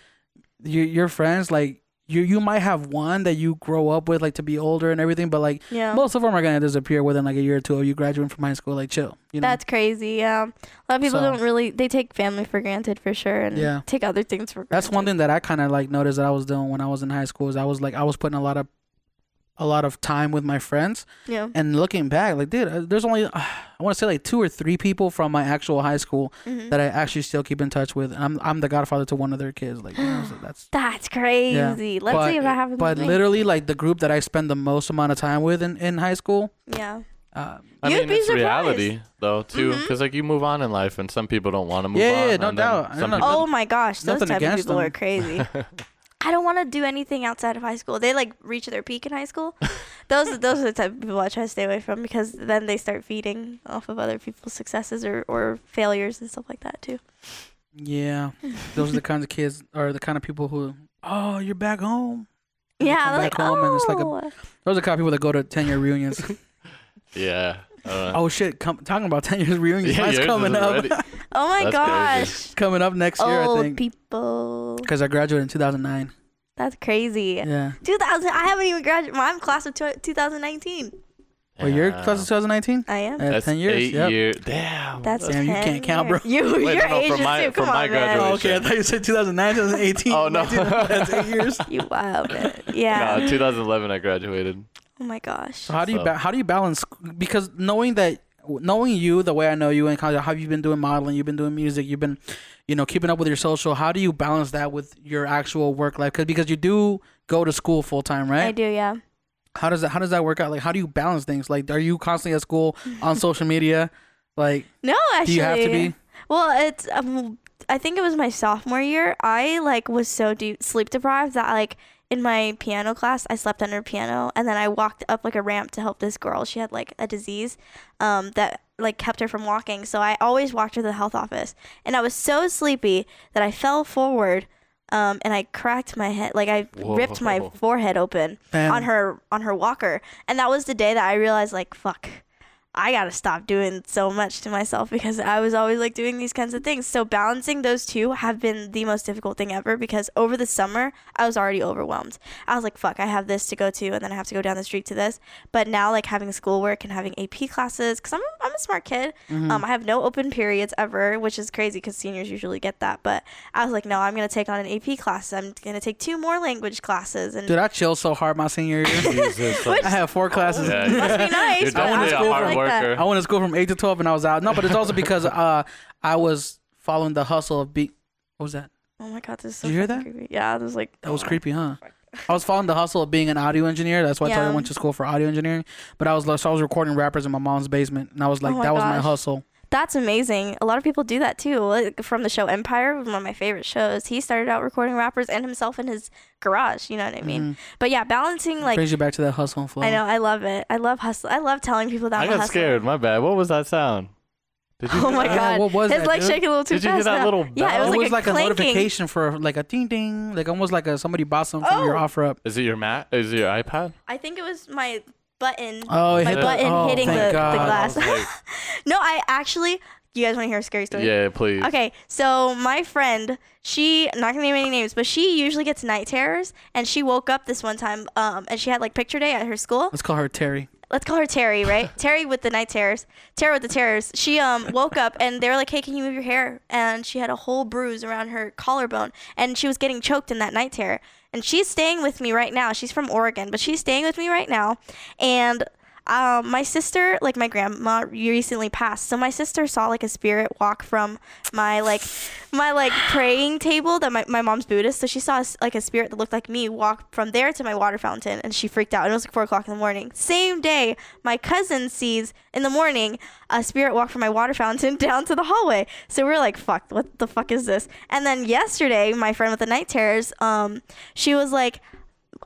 your your friends like you you might have one that you grow up with like to be older and everything but like Yeah. most of them are gonna disappear within like a year or two of you graduating from high school like chill you know That's crazy. Yeah, a lot of people So- don't really they take family for granted for sure, and Yeah. take other things for. That's one granted. thing that I kind of like noticed that I was doing when I was in high school is I was like I was putting a lot of a lot of time with my friends Yeah. and looking back like dude uh, there's only I want to say like two or three people from my actual high school Mm-hmm. that I actually still keep in touch with and I'm I'm the godfather to one of their kids like you know, so that's That's crazy. Yeah. Let's see if I have. but literally like the group that I spend the most amount of time with in, in high school yeah, uh, I You'd mean, be it's surprised. Mm-hmm. reality though too, because like you move on in life, and some people don't want to move Yeah, on. yeah, no and then doubt. I Some know. people, Oh my gosh, those nothing type of against people them. are crazy. I don't want to do anything outside of high school. They like reach their peak in high school. Those those are the type of people I try to stay away from because then they start feeding off of other people's successes or, or failures and stuff like that too. yeah those are the kinds of kids or the kind of people who oh you're back home And they Yeah, come they're back like home oh, and it's like a- those are the kind of people that go to 10 year reunions yeah. Uh, Oh shit! Come, talking about ten years reunion. yeah, Mine's yours is coming up. already- oh my That's gosh, It's coming up next year, I old think. people. Because I graduated in 2009. That's crazy. Yeah. 2000. I haven't even graduated. I'm class of tw- 2019. Well, your Yeah. class is 2019. I am. That's Uh, ten years. Eight yep. years. Damn. That's Damn, you 10 can't count, bro. years. You, Wait, you're no, no, Asian from my- too. Come from on, my man. Oh, graduation. okay. I thought you said 2009, 2018. Oh, no. 19, that's eight years. You wild man. Yeah. No, 2011 I graduated. Oh my gosh. So how do you So- ba- how do you balance? Because knowing that knowing you the way I know you and kind of how you've been doing modeling, you've been doing music, you've been, you know, keeping up with your social. How do you balance that with your actual work life? Because because you do go to school full time, right? I do, yeah. how does that how does that work out like how do you balance things like are you constantly at school on social media like No, do actually. you have to be Well, it's. Um, I think it was my sophomore year. I like was so deep sleep deprived that like in my piano class I slept under a piano and then I walked up like a ramp to help this girl. She had like a disease um, that like kept her from walking. So I always walked her to the health office, and I was so sleepy that I fell forward. Um, and I cracked my head, like I ripped my Whoa. forehead open Damn. on her on her walker, and that was the day that I realized, like, fuck, I gotta stop doing so much to myself because I was always like doing these kinds of things. So balancing those two have been the most difficult thing ever because over the summer I was already overwhelmed. I was like, fuck, I have this to go to and then I have to go down the street to this. But now like having schoolwork and having AP classes because I'm, I'm a smart kid. Mm-hmm. Um, I have no open periods ever, which is crazy because seniors usually get that. But I was like, no, I'm gonna take on an AP class. I'm gonna take two more language classes and dude i chill so hard my senior year Jesus. i had four classes Yeah, must be nice. You're but I definitely a was hard like that. worker. i went to school from 8 to 12 and i was out no but it's also because uh i was following the hustle of being what was that Oh my god, this is so Did you hear fucking Creepy. Yeah, this is like "Oh." that was creepy huh i was following the hustle of being an audio engineer that's why i thought i Yeah. went to school for audio engineering but i was so i was recording rappers in my mom's basement and i was like Oh my that was my gosh. hustle That's amazing. A lot of people do that too. Like, From the show Empire, one of my favorite shows, he started out recording rappers and himself in his garage. You know what I mean? But yeah, balancing Mm-hmm. like brings you back to that hustle and flow I know, I love it. I love hustle. I love telling people that I I'm a got hustler. scared. My bad. What was that sound? Did you Oh hear my that? Yeah, god, what was his that, legs dude? shake a little too Did you fast. hear that now. little Yeah, it bell? was it like was a like a, clanking. notification for like a ding ding, like almost like a somebody bought something from your Oh. offer up. Is it your mat? Is it your iPad? I think it was my button. Oh, it my hit the- button oh, hitting the, thank the God. glass. I was like, no, I actually. You guys want to hear a scary story? yeah, please. Okay, so my friend, she I'm not gonna name any names, but she usually gets night terrors, and she woke up this one time, um, and she had like picture day at her school. Let's call her Terry. Let's call her Terry, right? Terry with the night terrors, Terry with the terrors. She um woke up, and they were like, "Hey, can you move your hair?" And she had a whole bruise around her collarbone, and she was getting choked in that night terror. And she's staying with me right now. She's from Oregon, but she's staying with me right now, and. um, my sister, like my grandma, recently passed. So my sister saw like a spirit walk from my like my like praying table that my, my mom's Buddhist. So she saw like a spirit that looked like me walk from there to my water fountain, and she freaked out. And it was like four o'clock in the morning. Same day, my cousin sees in the morning a spirit walk from my water fountain down to the hallway. So we are like, fuck, what the fuck is this? And then yesterday, my friend with the night terrors, um, she was like.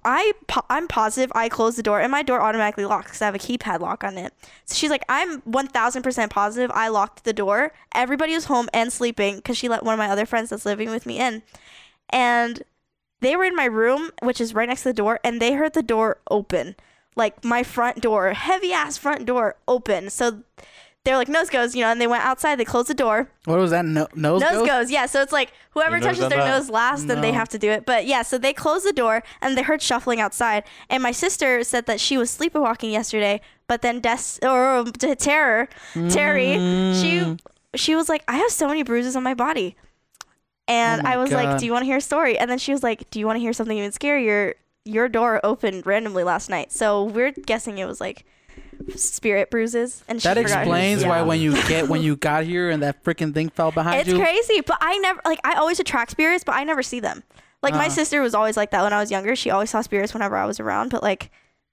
I po- I'm positive I closed the door and my door automatically locked because I have a keypad lock on it. So she's like, I'm 1,000% positive I locked the door. Everybody was home and sleeping because she let one of my other friends that's living with me in, and they were in my room, which is right next to the door, and they heard the door open, like my front door, heavy ass front door open. So they're like nose goes, you know, and they went outside. They closed the door. What was that? No, nose, Nose goes? goes, yeah. So it's like whoever Your nose touches done their that? nose last, then they No. have to do it. But yeah, so they closed the door and they heard shuffling outside. And my sister said that she was sleepwalking yesterday, but then Des or um, t- Terror, Terry, she Mm. she was like, I have so many bruises on my body, and Oh my I was God. like, Do you want to hear a story? And then she was like, Do you want to hear something even scarier? Your door opened randomly last night, so we're guessing it was like spirit bruises. And she That forgot her- explains Yeah. why when you get when you got here and that freaking thing fell behind It's you. crazy, but I never like I always attract spirits, but I never see them. Like my Uh-huh. sister was always like that when I was younger. She always saw spirits whenever I was around, but like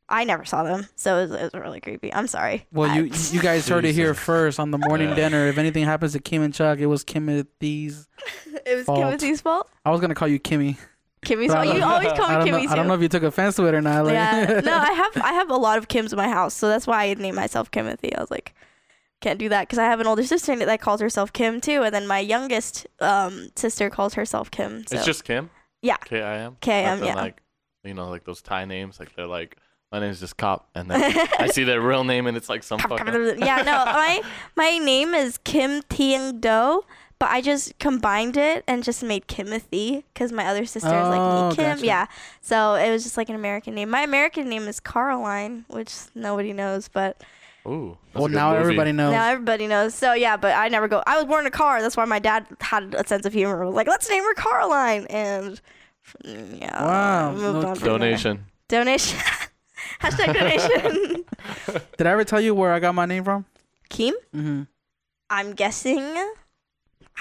I never saw them, so it was, it was really creepy. I'm sorry. Well, I- you you guys heard it here first on the morning Yeah. dinner. If anything happens to Kim and Chuck, it was Kimothy's. it was fault. Kimmy's fault. I was gonna call you Kimmy. Kimmy's But I fault. You don't- always I call don't me know. Oh, Kimmy I don't too. know if you took offense to it or not. Like, yeah. No, I have I have a lot of Kims in my house, so that's why I named myself Kimothy. I was like, can't do that because I have an older sister that calls herself Kim too, and then my youngest um, sister calls herself Kim. So It's just Kim. Yeah. K I M. K.I.M., Nothing yeah. Like you know, like those Thai names. Like they're like, my name's just Cop, and then I see their real name, and it's like some fucking. yeah, no, my my name is Kim Tieng Do, but I just combined it and just made Kimothy because my other sister is Oh, like me, Kim. gotcha. Yeah, so it was just like an American name. My American name is Caroline, which nobody knows, but Ooh. that's a Well, good now movie. everybody knows. now everybody knows. So yeah, but I never go. I was born in a car. That's why my dad had a sense of humor. Was like, let's name her Caroline, and mm, yeah, Wow, I moved no on from there. Donation. donation, hashtag donation. Did I ever tell you where I got my name from? Kim. Mm-hmm. I'm guessing.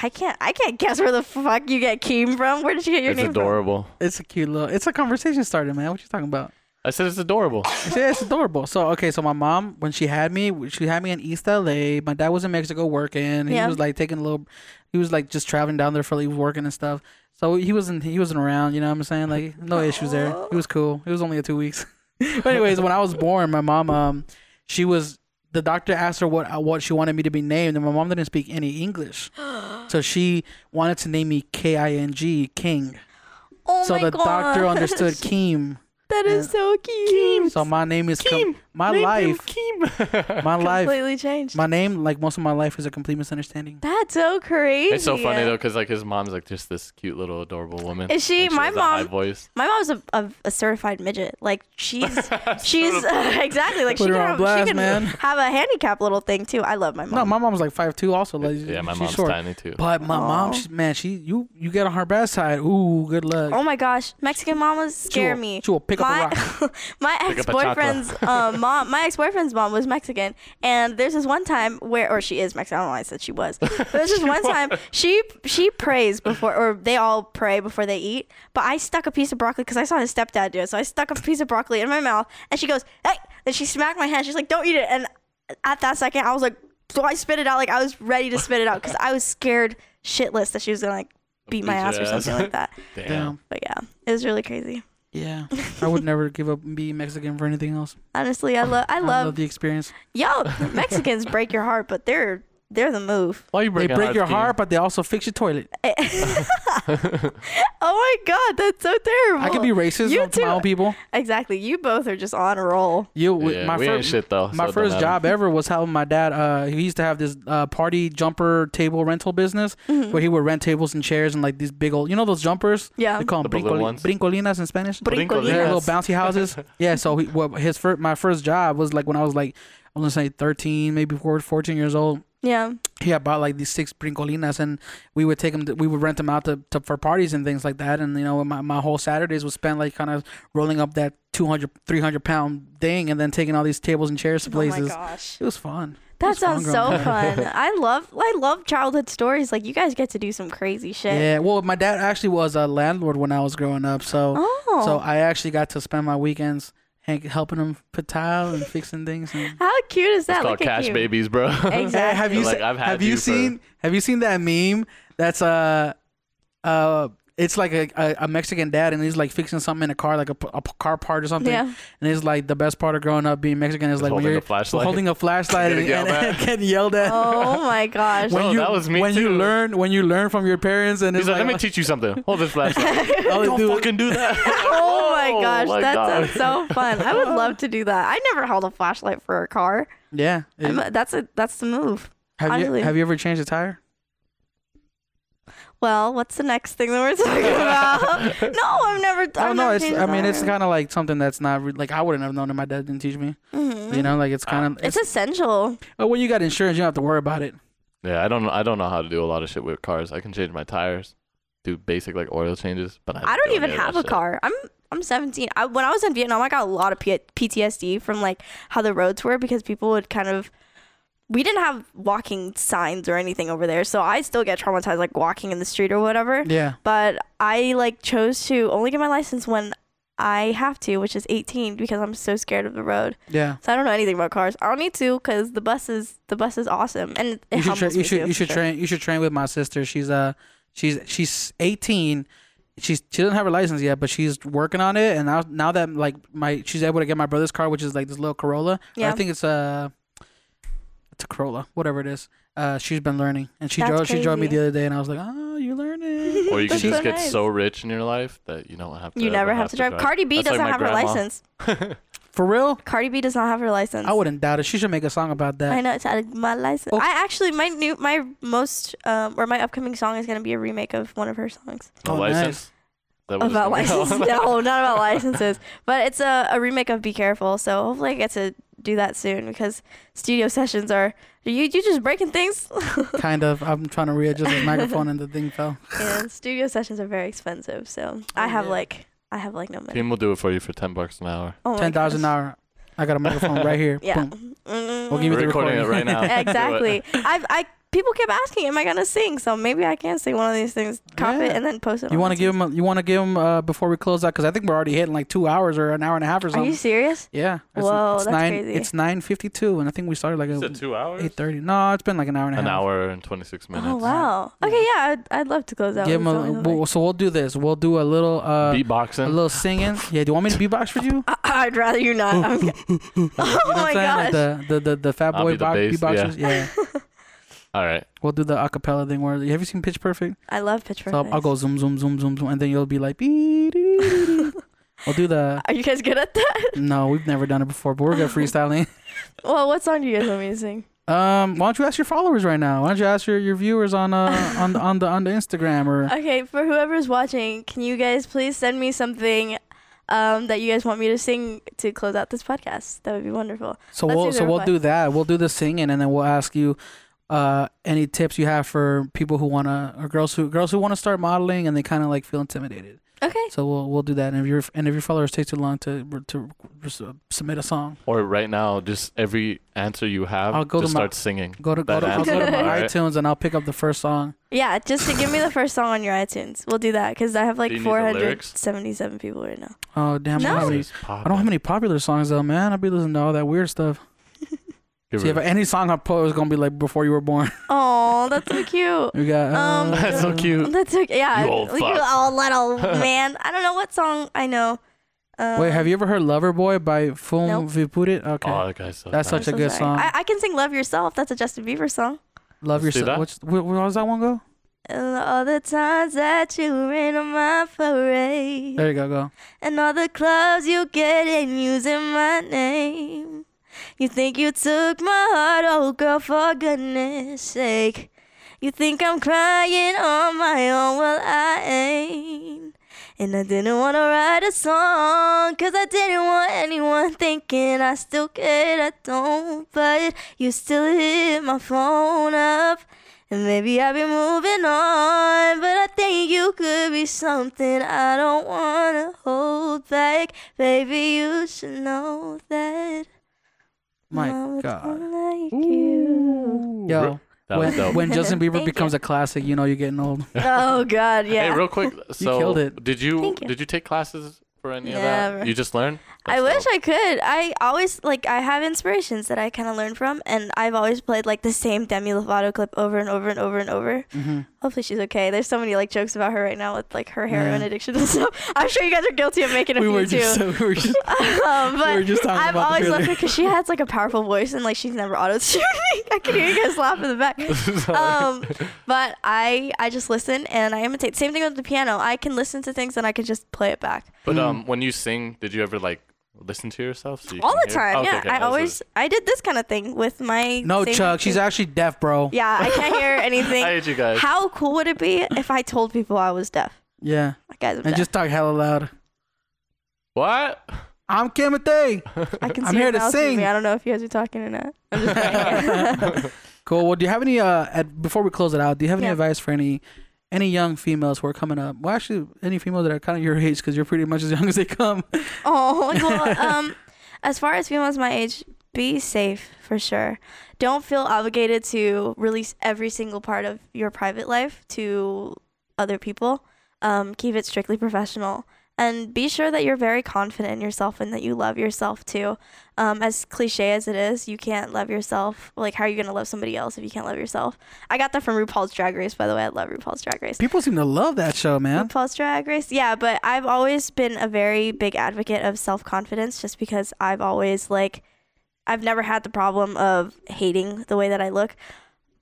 I can't. I can't guess where the fuck you get Keem from. Where did you get your It's name adorable. It's a cute little. It's a conversation starter, man. What you talking about? I said it's adorable. It's- yeah, it's adorable. So okay, so my mom when she had me, she had me in East LA. My dad was in Mexico working. He Yeah. was like taking a little. He was like just traveling down there for he was working and stuff. So he wasn't he wasn't around. You know what I'm saying? Like no issues there. He was cool. It was only a two weeks. but anyways, when I was born, my mom um she was the doctor asked her what what she wanted me to be named, and my mom didn't speak any English, so she wanted to name me K I N G King. from? Oh so my the god. doctor understood Keem. That is so cute. So my name is Kim. my life. My life. Completely changed. My name, like most of my life, is a complete misunderstanding. That's so crazy. It's so funny though, cause like his mom's like just this cute little adorable woman. Is she- and my has a high mom- voice. My mom's a, a, a certified midget. Like she's she's exactly like Put she her can, on have, blast, she can man. have a handicap little thing too. I love my mom. No, my mom's like five two, also. Like, Yeah, my she's mom's short. tiny too. But my mom, Aw. she, man, she you you get on her bad side. Ooh, good luck. Oh my gosh, Mexican mamas scare will- me. she will pick up a my, rock. my Pick up a ex-boyfriend's um, mom, my ex-boyfriend's mom was Mexican, and there's this one time where, or she is Mexican. I don't know why I said she was. But there's this one time she she prays before, or they all pray before they eat. But I stuck a piece of broccoli because I saw his stepdad do it. So I stuck a piece of broccoli in my mouth, and she goes, "Hey!" And she smacked my hand. She's like, "Don't eat it!" And at that second, I was like, so I spit it out. Like I was ready to spit it out because I was scared shitless that she was gonna like beat my Beat your ass or ass. something like that. Damn. Damn. But yeah, it was really crazy. Yeah, I would never give up and be Mexican for anything else. Honestly, I love I I love love the experience. y'all Mexicans break your heart, but they're they're the move. Why you They breaking break your hearts, heart, but they also fix your toilet. Oh my god, that's so terrible. I can be racist Oh, You on- to my too. own people. Exactly. You both are just on a roll. You, Kim? with Yeah, my we fir- ain't shit though. so my it don't first matter. job ever was helping my dad. Uh, he used to have this uh, party jumper table rental business Mm-hmm. where he would rent tables and chairs and like these big old, you know, those jumpers. Yeah. they call them The balloon brincoli- ones? brincolinas in Spanish. Brincolinas. Yeah, little bouncy houses. yeah, so he, well, his first, Oh my first job was like when I was like, I'm gonna say 13, maybe 4 14 years old. Yeah. he had bought like these six brincolinas and we would take them to, we would rent them out to, to for parties and things like that and you know my, my whole saturdays was spent like kind of rolling up that 200 300 pound thing and then taking all these tables and chairs to places Oh my gosh. it was fun It That was fun sounds growing so up. fun. I love I love childhood stories. Like you guys get to do some crazy shit. yeah well my dad actually was a landlord when i was growing up so Oh. so i actually got to spend my weekends hank, helping him put tile and fixing things and How cute is that? It's called Look at Cash you. Babies, bro. Exactly. have you Like, se- I've had have you you for- seen have you seen that meme that's uh uh it's like a, a, a Mexican dad and he's like fixing something in a car like a, p- a p- car part or something Yeah. and it's like the best part of growing up being Mexican is like when holding you're a flashlight. holding a flashlight and, and, Getting yelled at. getting yelled at Oh my gosh. When- Oh, you, that was me when you too. learn when you learn from your parents and He's it's like, like let me teach you something. Hold this flashlight. all they Don't do- fucking do that. oh my gosh, my that God. sounds so fun. I would love to do that. I never held a flashlight for a car. yeah I'm a- that's a that's the move. have you honestly. have you ever changed a tire Well, what's the next thing that we're talking about? no, I've never. oh I've no never it's changed I mean that. it's kind of like something that's not re- like I wouldn't have known if my dad didn't teach me you Mm. know like Uh, it's kind of Mm-hmm. It's essential. Oh, when you got insurance, you don't have to worry about it. Yeah, I don't. I don't know how to do a lot of shit with cars. I can change my tires, do basic like oil changes, but I, I don't do even any of that have a shit. car. I'm I'm 17. I, when I was in Vietnam, I got a lot of P- PTSD from like how the roads were because people would kind of we didn't have walking signs or anything over there, so I still get traumatized like walking in the street or whatever. Yeah. But I like chose to only get my license when I have to, which is 18 because I'm so scared of the road. Yeah. So I don't know anything about cars. I don't need to because the bus is the bus is awesome and it, it You should, humbles tra- you me should too, you should for sure. train you should train with my sister. She's uh she's she's 18. She's she doesn't have her license yet, but she's working on it. And now now that like my she's able to get my brother's car, which is like this little Corolla. Yeah. I think it's a it's a Corolla, whatever it is. Uh, she's been learning, and she That's drove she drove me crazy. the other day, and I was like, oh, you're learning. Or you can That's so just get nice. so rich in your life that you don't have to. You ever never have, to drive. Cardi B That's like doesn't my have her grandma. license. For real, Cardi B does not have her license. I wouldn't doubt it. She should make a song about that. I know it's out of my license. Oh. I actually my new my most um or my upcoming song is gonna be a remake of one of her songs A Oh, nice. license. That was about something else. licenses. no, not about licenses, but it's a, a remake of Be Careful. So hopefully I get to do that soon because studio sessions are you you just breaking things. Kind of. I'm trying to readjust the microphone, and the thing fell. and studio sessions are very expensive, so I have Oh, yeah. like I have like no money. Team will do it for you for ten bucks an hour. Oh my Ten thousand an gosh. hour. I got a microphone right here. Yeah. Mm, Boom. We'll give you We're the recording it recording. right now. Do it. exactly. I've I people kept asking, am I gonna sing? So maybe I can sing one of these things, cop it, Yeah. and then post it. You on want to Instagram. give him? You want to give him uh, before we close out? Because I think we're already hitting like two hours or an hour and a half or Are something. you serious? yeah. It's, Whoa, it's that's nine, crazy. It's nine fifty-two, and I think we started like Is it two hours? eight thirty. No, it's been like an hour and a An half. hour and twenty six minutes. Oh wow. Okay, yeah, I'd, I'd love to close out. Give with him a, something we'll- like- so we'll do this. We'll do a little, uh, a Beatboxing. little singing. Yeah. Do you want me to beatbox for you? I- I'd rather you not. I'm g- oh You know what my I'm saying? gosh. Like the the the, the fat I'll boy be the box, bass, beatboxers. Yeah. All right. We'll do the acapella thing. Where have you seen Pitch Perfect? I love Pitch Perfect. So I'll, I'll go zoom zoom zoom zoom zoom, and then you'll be like. "Bee, dee, dee, dee, dee." We'll do the. Are you guys good at that? No, we've never done it before, but we're good freestyling. Well, what song do you guys want me to sing? Um, why don't you ask your followers right now? Why don't you ask your, your viewers on uh on the on the on the Instagram or Okay, for whoever's watching, can you guys please send me something um, that you guys want me to sing to close out this podcast? That would be wonderful. so let's we'll do the so we'll reply. do that. We'll do the singing and then we'll ask you uh any tips you have for people who wanna or girls who girls who wanna start modeling and they kinda like feel intimidated. Okay. So we'll we'll do that. And if your and if your followers take too long to to uh, submit a song, Or right now, just every answer you have, I'll go to just my- start singing. go to go That to, I'll answer. go to my Alright. iTunes and I'll pick up the first song. Yeah, just to give me the first song on your iTunes. We'll do that because I have like you need the lyrics? 477 people right now. Oh damn! I, No. don't have any, It's I don't have any popular songs though, man. I'll be listening to all that weird stuff. popping. See, if any song I put is gonna be like before you were born. Oh, that's so cute. We got Um, uh, That's so cute. That's okay. Yeah, You old you fuck. old little man. I don't know what song I know. Um, Wait, have you ever heard "Lover Boy" by Fum Nope. Vipurit? Okay, Oh, that guy's so That's nice. such a good song. I, I can sing "Love Yourself." That's a Justin Bieber song. love Let's do yourself. that. What's, where, where was that one go? And all the times that you rain on my parade, There you go, go. and all the clubs you get in using my name. You think you took my heart, oh girl, for goodness sake. You think I'm crying on my own, well I ain't. And I didn't want to write a song, cause I didn't want anyone thinking I still cared. I don't, but you still hit my phone up. And maybe I've been moving on, but I think you could be something I don't wanna hold back. Baby, you should know that. My Mama's God. gonna like you. Yo. That was When, dope. when Justin Bieber Thank you. becomes a classic, you know you're getting old. Oh God, yeah. Hey, real quick. So killed it. Did you, Thank you. did you take classes for any of Never. that? You just learned. I wish I could. I always like I have inspirations that I kind of learn from, and I've always played like the same Demi Lovato clip over and over and over and over. Mm-hmm. Hopefully she's okay. There's so many like jokes about her right now with like her heroin Yeah. addiction and stuff. I'm sure you guys are guilty of making a We few were too. just, we were just um, but were just talking about I've the always loved her trailer. because she has like a powerful voice and like she's never auto tuning. I can hear you guys laugh in the back. Um, but I I just listen and I imitate. Same thing with the piano. I can listen to things and I can just play it back. Hmm. But um, when you sing, did you ever like listen to yourself? So you all can the hear? time. Okay, yeah, okay, I that was always it. I did this kind of thing with my. no, singing Chuck. She's too. actually deaf, bro. Yeah, I can't hear anything. I hate you guys. How cool would it be if I told people I was deaf? Yeah. Like, guys, I'm And deaf. just talk hella loud. What? I'm Kimothy. I can I'm see here your to mouth through sing. Me. I don't know if you guys are talking or not. I'm just Cool. Well, do you have any uh ad- before we close it out? Do you have any Yeah. advice for any any young females who are coming up? Well, actually, any females that are kind of your age because you're pretty much as young as they come. Oh, well, um, as far as females my age, be safe for sure. Don't feel obligated to release every single part of your private life to other people. Um, keep it strictly professional. And be sure that you're very confident in yourself and that you love yourself too. Um, as cliche as it is, you can't love yourself. Like, how are you going to love somebody else if you can't love yourself? I got that from RuPaul's Drag Race, by the way. I love RuPaul's Drag Race. People seem to love that show, man. RuPaul's Drag Race. Yeah, but I've always been a very big advocate of self confidence just because I've always, like, I've never had the problem of hating the way that I look.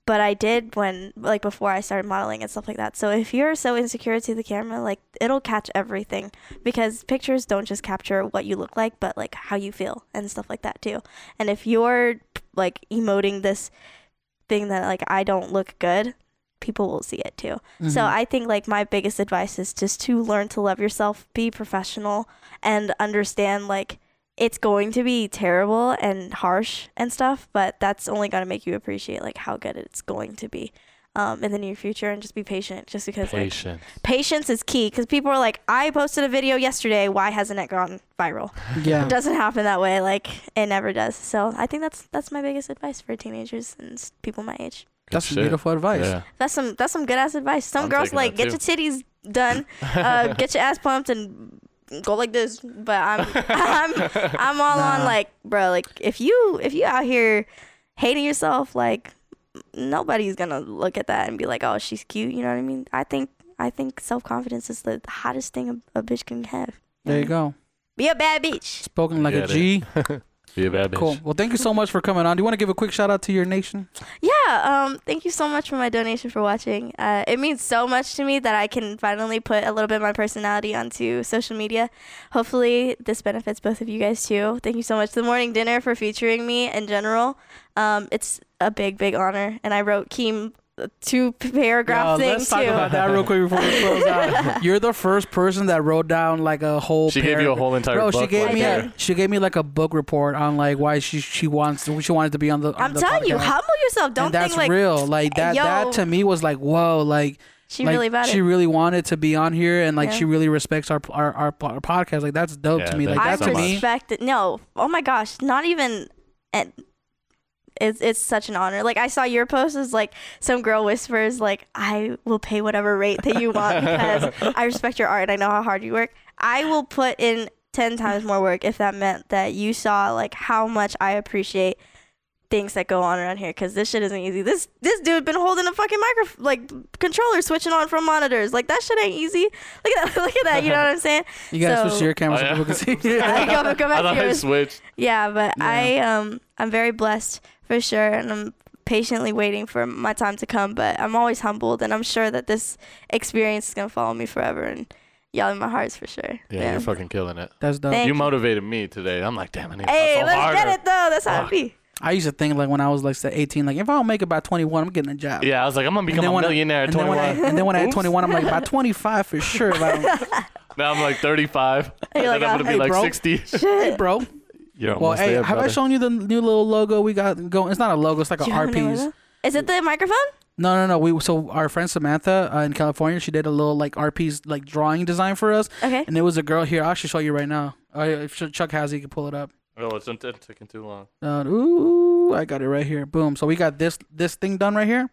But I did when, like, before I started modeling and stuff like that. So if you're so insecure to the camera, like, it'll catch everything because pictures don't just capture what you look like, but, like, how you feel and stuff like that, too. And if you're, like, emoting this thing that, like, I don't look good, people will see it, too. So Mm-hmm. Mm-hmm. I think like my biggest advice is just to learn to love yourself, be professional, and understand like it's going to be terrible and harsh and stuff, but that's only going to make you appreciate like how good it's going to be um, in the near future, and just be patient. Just because like Patient. patience is key, because people are like, I posted a video yesterday, why hasn't it gone viral? yeah. It doesn't happen that way. Like it never does. So I think that's that's my biggest advice for teenagers and s- people my age. That's some beautiful advice. Yeah. That's some that's some good ass advice. Some I'm girls taking like that get your titties done, uh, get your ass pumped, and go like this. But I'm I'm I'm all on Nah. like, bro, like if you if you out here hating yourself, like nobody's gonna look at that and be like, oh, she's cute. You know what I mean? I think I think self confidence is the hottest thing a, a bitch can have. There you go. Be a bad bitch. Spoken like a Get it. G. Be a bad bitch. Cool. Well, thank you so much for coming on. Do you want to give a quick shout out to your nation? Yeah, um, thank you so much for my donation for watching. Uh, it means so much to me that I can finally put a little bit of my personality onto social media. Hopefully, this benefits both of you guys too. Thank you so much. The morning dinner for featuring me in general. Um, it's a big, big honor, and I wrote Keem uh, two Yo, paragraph thing let's talk too. about that real quick before we close out. You're the first person that wrote down like a whole. She gave you a paragraph. whole entire Bro, book she gave right me there. a, she gave me like a book report on like why she she wants she wanted to be on the. on I'm the telling you, podcast. humble yourself. Don't and that's think like real. Like that yo. that to me was like whoa. Like she like, really about she it. really wanted to be on here and like Yeah. she really respects our our, our our podcast. Like that's dope Yeah, to me. Like thank I you that so to much. me. respect it. No, oh my gosh, not even. And it's it's such an honor. Like I saw your post is like some girl whispers like I will pay whatever rate that you want because I respect your art and I know how hard you work. I will put in ten times more work if that meant that you saw like how much I appreciate things that go on around here because this shit isn't easy. This this dude been holding a fucking micro like controller switching on from monitors. Like that shit ain't easy. Look at that. Look at that. You know what I'm saying? You gotta So- switch to your camera so Oh, yeah. people can see. I go, go I back thought to I yours. switched. Yeah, but I um I'm very blessed for sure, and I'm patiently waiting for my time to come. But I'm always humbled, and I'm sure that this experience is gonna follow me forever, and y'all in my hearts for sure. Yeah, you're fucking killing it. That's dope. Thank you you. motivated me today. I'm like, damn, I need to Hey, hustle let's harder. get it though. That's how it Fuck. be. I used to think like when I was like say 18, like if I don't make it by 21, I'm getting a job. Yeah, I was like, I'm gonna become a when I- millionaire at and then when I, 21. and then when I had Oops. 21, I'm like by 25 for sure. If I don't, Now I'm like 35. And and you're then like, I'm gonna "Hey, be like bro." 60. Hey, bro. You're Well, almost hey, there, have I brother. shown you the new little logo we got going? It's not a logo. It's like a Do you have any RPs. logo? Is it the microphone? No, no, no. We so our friend Samantha uh, in California, she did a little like RP's like drawing design for us, Okay. and it was a girl here. I'll actually show you right now. Uh, if Ch- Chuck has it, you can pull it up. Oh, it's it's taking too long. Uh, ooh, I got it right here. Boom. So we got this this thing done right here.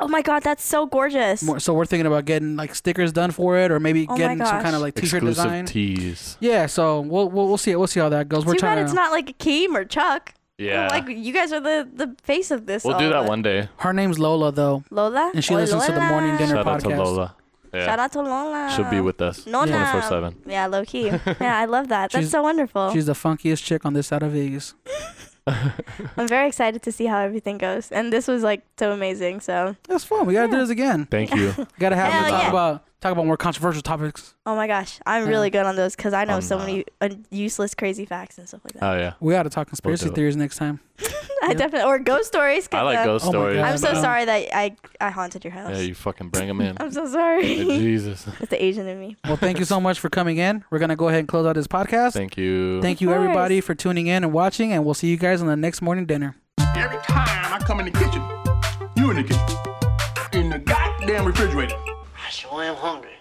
Oh my god, that's so gorgeous. More- So we're thinking about getting like stickers done for it, or maybe Oh my getting some gosh. kind of like T-shirt Exclusive design. tees. yeah. So we'll, we'll we'll see we'll see how that goes. we're Too bad trying it's to. not like Keem or Chuck. Yeah. Like you guys are the the face of this. we'll all, do that but- one day. her name's Lola though, Lola. and she Oh, listens to the Lola. morning dinner Shout out to podcast. Lola. Yeah. Shout out to Lola. She'll be with us Nona. 24 7. Yeah, low key. Yeah, I love that. That's She's- so wonderful. She's the funkiest chick on this side of Vegas. I'm very excited to see how everything goes. And this was like so amazing. So, That's fun. We gotta do this again. Thank you. Gotta have Hell her talk yeah. about talk about more controversial topics. oh my gosh, I'm really good on those because I know I'm so not. many uh, useless, crazy facts and stuff like that. Oh, yeah. We gotta talk conspiracy We'll do it. theories next time. I definitely or ghost stories. 'cause, I like uh, ghost Oh my stories. God. I'm so Yeah. sorry that I I haunted your house. Yeah, you fucking bring them in. I'm so sorry. Jesus. it's the Asian in me. Well, thank you so much for coming in. We're gonna go ahead and close out this podcast. Thank you. Thank you Of course. everybody for tuning in and watching, and we'll see you guys on the next morning dinner. Every time I come in the kitchen, you in the kitchen. In the goddamn refrigerator. I sure am hungry.